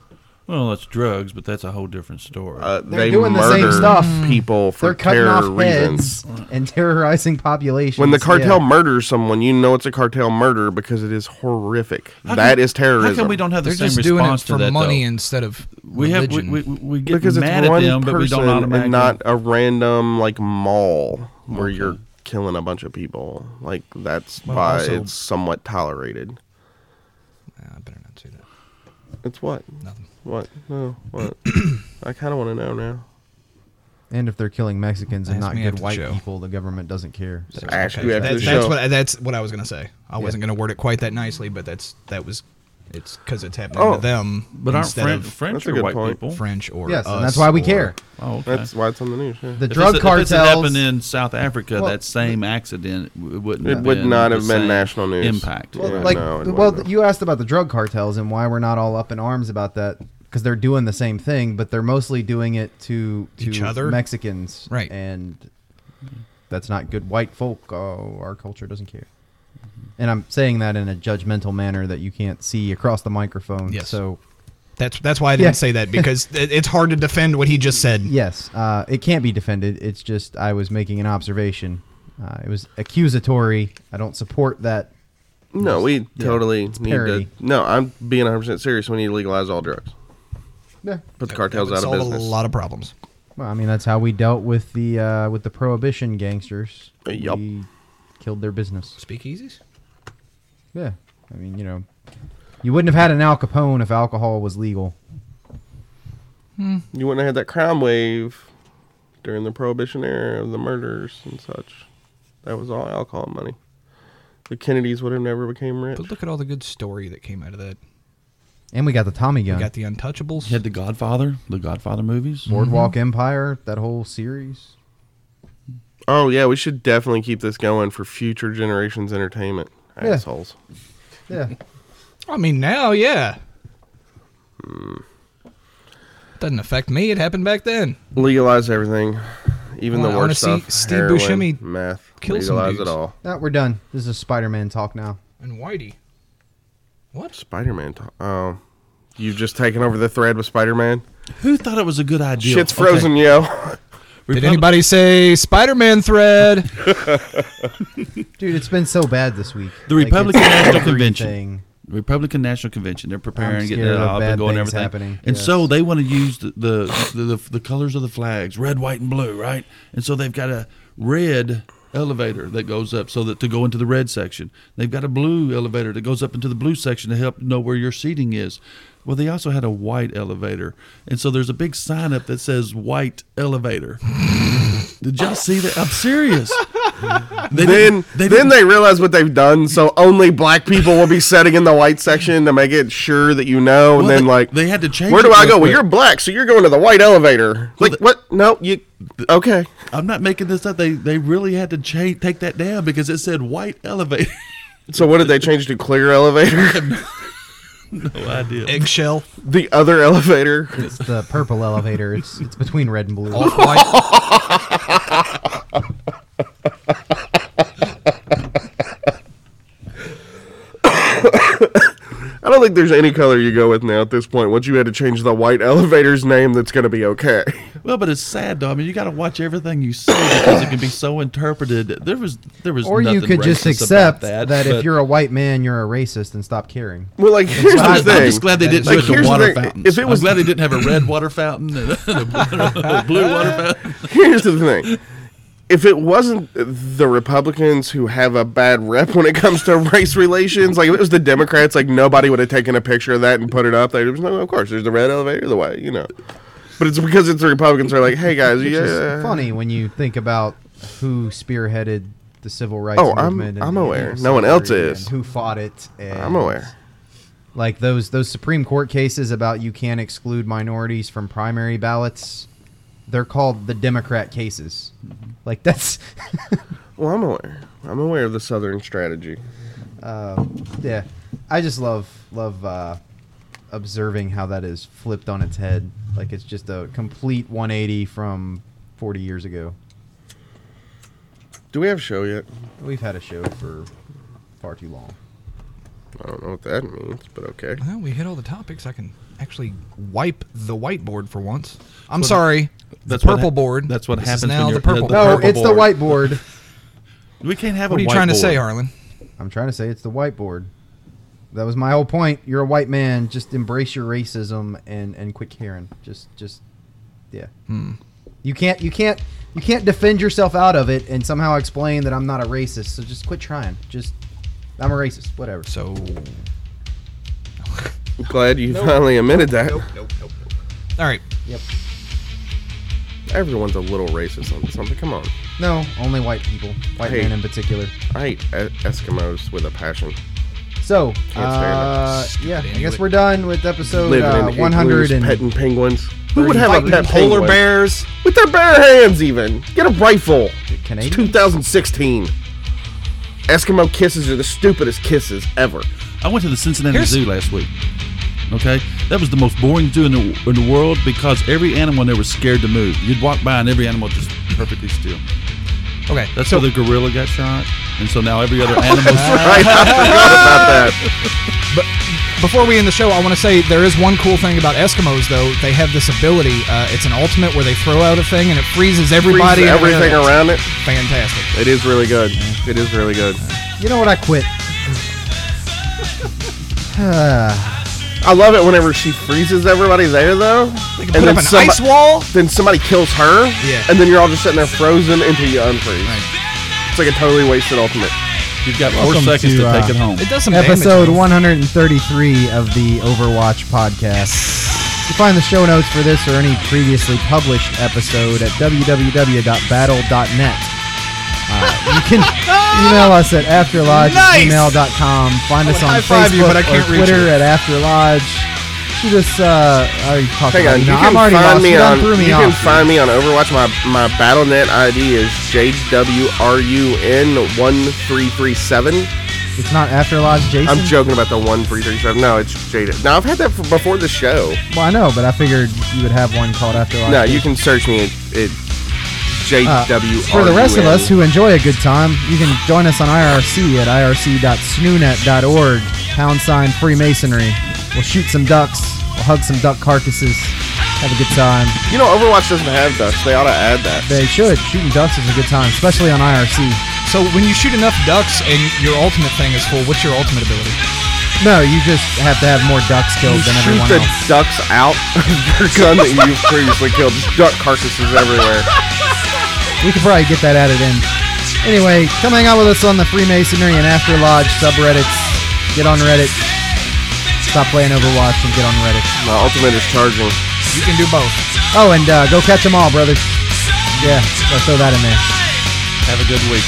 Well, that's drugs, but that's a whole different story. Uh, They're they doing the same murder stuff. people for they're cutting terror off reasons. heads and terrorizing populations. When the cartel yeah. murders someone, you know it's a cartel murder because it is horrific. How that come- is terrorism. How come we don't have the They're same just response doing it for to that? money though? instead of we have we, religion. we, we get because it's mad one at them, but person we don't and automatically. not a random like mall where you're killing a bunch of people. Like that's Well, why also- it's somewhat tolerated. Nah, Ah, I better not say that. It's what? Nothing. What? No. What? I kind of want to know now. and if they're killing Mexicans and Ask not me good after the white show. people, the government doesn't care. So. Ask you after That- the show. that's what that's what I was gonna say. I wasn't gonna word it quite that nicely, but that's that was it's because it's happening Oh, to them But aren't instead French, of French That's a are good white point. people? French or Yes, us and that's why we or- care. Oh, okay. That's why it's on the news. Yeah. The If drug it's, cartels. If it happened in South Africa, Well, that same accident w- wouldn't. It have would been not the have been same national news. impact. Yeah, like, no, it well, wouldn't. you asked about the drug cartels and why we're not all up in arms about that because they're doing the same thing, but they're mostly doing it to, to Each other? Mexicans, Right. And that's not good. White folk, oh, our culture doesn't care. Mm-hmm. And I'm saying that in a judgmental manner that you can't see across the microphone. Yes. So That's that's why I didn't Yeah. say that because it, it's hard to defend what he just said. yes, uh, it can't be defended. It's just I was making an observation. Uh, it was accusatory. I don't support that. No, we totally need parody. to. No, I'm being 100 percent serious. We need to legalize all drugs. Yeah. Put the That- cartels that would out of solve business. A lot of problems. Well, I mean that's how we dealt with the uh, with the prohibition gangsters. Uh, yup. We killed their business. Speakeasies. Yeah, I mean you know, you wouldn't have had an Al Capone if alcohol was legal. You wouldn't have had that crime wave during the prohibition era of the murders and such. That was all alcohol money. The Kennedys would have never became rich. But look at all the good story that came out of that. And we got the Tommy We gun, got the Untouchables. You had the Godfather, the Godfather movies. Boardwalk Empire, that whole series. Oh yeah, we should definitely keep this going for future generations' entertainment. Yeah. Assholes. Yeah, I mean, now, yeah. Doesn't affect me. It happened back then. Legalize everything, even Well, the I wanna worst see stuff. Steve heroin, Buscemi meth. kill some legalize dudes. it all. no, we're done. This is Spider-Man talk now. And Whitey. What? Spider-Man. Talk. Oh, you've just taken over the thread with Spider-Man. Who thought it was a good idea? Shit's Okay. frozen, yo. Did Republic- anybody say Spider-Man thread? Dude, it's been so bad this week. The Like, it's Republican National everything. Convention. Republican National Convention. They're preparing, I'm getting scared it of all bad and going and things everything. happening. And Yes. so they want to use the the, the the the colors of the flags, red, white, and blue, right? And so they've got a red elevator that goes up so that to go into the red section. They've got a blue elevator that goes up into the blue section to help know where your seating is. Well, they also had a white elevator, and so there's a big sign up that says "White Elevator." Did y'all see that? I'm serious. then They didn't- they then didn't- they realize what they've done, so only black people will be sitting in the white section to make it sure that you know. and Well, then they- like they had to change Where do it I real go? Well, quick. you're black, so you're going to the white elevator. Well, like the- what? No, you okay? I'm not making this up. They they really had to change take that down because it said white elevator. So what did they change to? Clear elevator, no idea. Eggshell. the other elevator. It's the purple elevator. It's it's between red and blue. Off-white. I don't think there's any color you go with now at this point. Once you had to change the white elevator's name, that's gonna be okay. Well, but it's sad though. I mean, you got to watch everything you say because it can be so interpreted. There was there was or you nothing could just racist accept about that, that, if but- you're a white man, you're a racist and stop caring. Well, like here's I'm the just, I'm thing. just glad they didn't Like, do it here's to the water thing. fountains. If it was- I'm glad they didn't have a red water fountain and a, and a blue water fountain. here's the thing. If it wasn't the Republicans who have a bad rep when it comes to race relations, like if it was the Democrats, like nobody would have taken a picture of that and put it up. They was like, of course, there's the red elevator, the white, you know. But it's because it's the Republicans are like, hey guys, Which yeah, is funny when you think about who spearheaded the civil rights Oh, I'm- movement. I'm the aware. Negro No one else slavery is. and who fought it? And I'm aware. Like those those Supreme Court cases about you can't exclude minorities from primary ballots. They're called the Democrat cases. Mm-hmm. Like that's Well, I'm aware. I'm aware of the Southern strategy. Um, yeah, I just love love uh, observing how that is flipped on its head. Like it's just a complete 180 from 40 years ago. Do we have a show yet? We've had a show for far too long. I don't know what that means, but okay. Well, we hit all the topics. I can actually wipe the whiteboard for once. I'm sorry. That's the what purple hap- board. that's what This is happens now when you're- the purple. the- No, purple it's the board. whiteboard. We can't have. what are a you trying to whiteboard. say, Arlen? I'm trying to say it's the whiteboard. That was my whole point. You're a white man. Just embrace your racism and and quit caring. Just just yeah. Hmm. You can't you can't you can't defend yourself out of it and somehow explain that I'm not a racist. So just quit trying. Just I'm a racist. Whatever. So. I'm glad you finally admitted that. nope, nope. All right. Everyone's a little racist on something. Come on. No, only white people. White Hey. men in particular. I hate E- Eskimos with a passion. So stand uh, it. yeah, I Stupid guess Inuit. we're done with episode Living uh, in igloos, 100 and petting penguins. Who would have a Fighting pet polar penguin? bears. With their bare hands, even. Get a rifle. Canadian? It's 2016. Eskimo kisses are the stupidest kisses ever. I went to the Cincinnati Here's- Zoo last week. Okay, that was the most boring zoo in the, in the world because every animal in there was scared to move. You'd walk by and every animal just perfectly still. Okay. That's how the gorilla got shot, and so now every other animal. Right? I forgot about that. Before we end the show, I want to say there is one cool thing about Eskimos, though. They have this ability. Uh, it's an ultimate where they throw out a thing and it freezes everybody. Freeze and everything everything. around it. Fantastic. It is really good. It is really good. You know what? I quit. I love it whenever she freezes everybody there, though. They can put up an somebo- ice wall. then somebody kills her. Yeah. And then you're all just sitting there frozen until you unfreeze. It's like a totally wasted ultimate. You've got four Welcome seconds to, to, uh, take it home. It does some damage. episode 133 of the Overwatch podcast. You can find the show notes for this or any previously published episode at www.battle.net. Uh, you can email us at afterlodge Nice! gmail.com. Find us would on high-five Facebook you, but I can't or reach Twitter you. at afterlodge. Shoot us, uh, I already talked Hang on, about you email. can I'm already find lost. me You on. done threw you me can off. find me on Overwatch. My my BattleNet ID is JWRUN one three three seven. It's not afterlodge, Jason. I'm joking about the one three three seven. No, it's JD. Now I've had that for, before the show. well, I know, but I figured you would have one called afterlodge. No, you can search me at, at Uh, JW. for the rest of us who enjoy a good time, you can join us on IRC at E irc.snoonet.org, pound sign Freemasonry. We'll shoot some ducks, we'll hug some duck carcasses, have a good time. you know, Overwatch doesn't have ducks. They ought to add that. They should. Shooting ducks is a good time, especially on IRC. So when you shoot enough ducks and your ultimate thing is full, what's your ultimate ability? No, you just have to have more ducks killed than Shoot everyone the else. ducks out of your gun that you've previously killed. Just duck carcasses everywhere. We could probably get that added in. Anyway, come hang out with us on the Freemasonry and After Lodge subreddits. Get on Reddit. Stop playing Overwatch and get on Reddit. My ultimate is charging. You can do both. Oh, and uh, go catch them all, brothers. Yeah, let's throw that in there. Have a good week.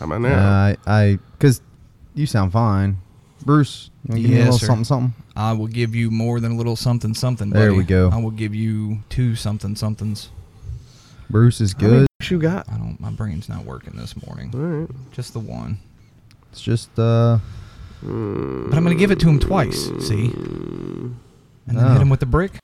now. Uh, I, because you sound fine. Bruce, you wanna give me a Yes, little sir. something, something? I will give you more than a little something something. There buddy. we go. I will give you two something somethings. Bruce is How many good. drinks you got? I don't. My brain's not working this morning. All right. Just the one. It's just, uh, But I'm gonna give it to him twice. See. And then Oh. hit him with the brick.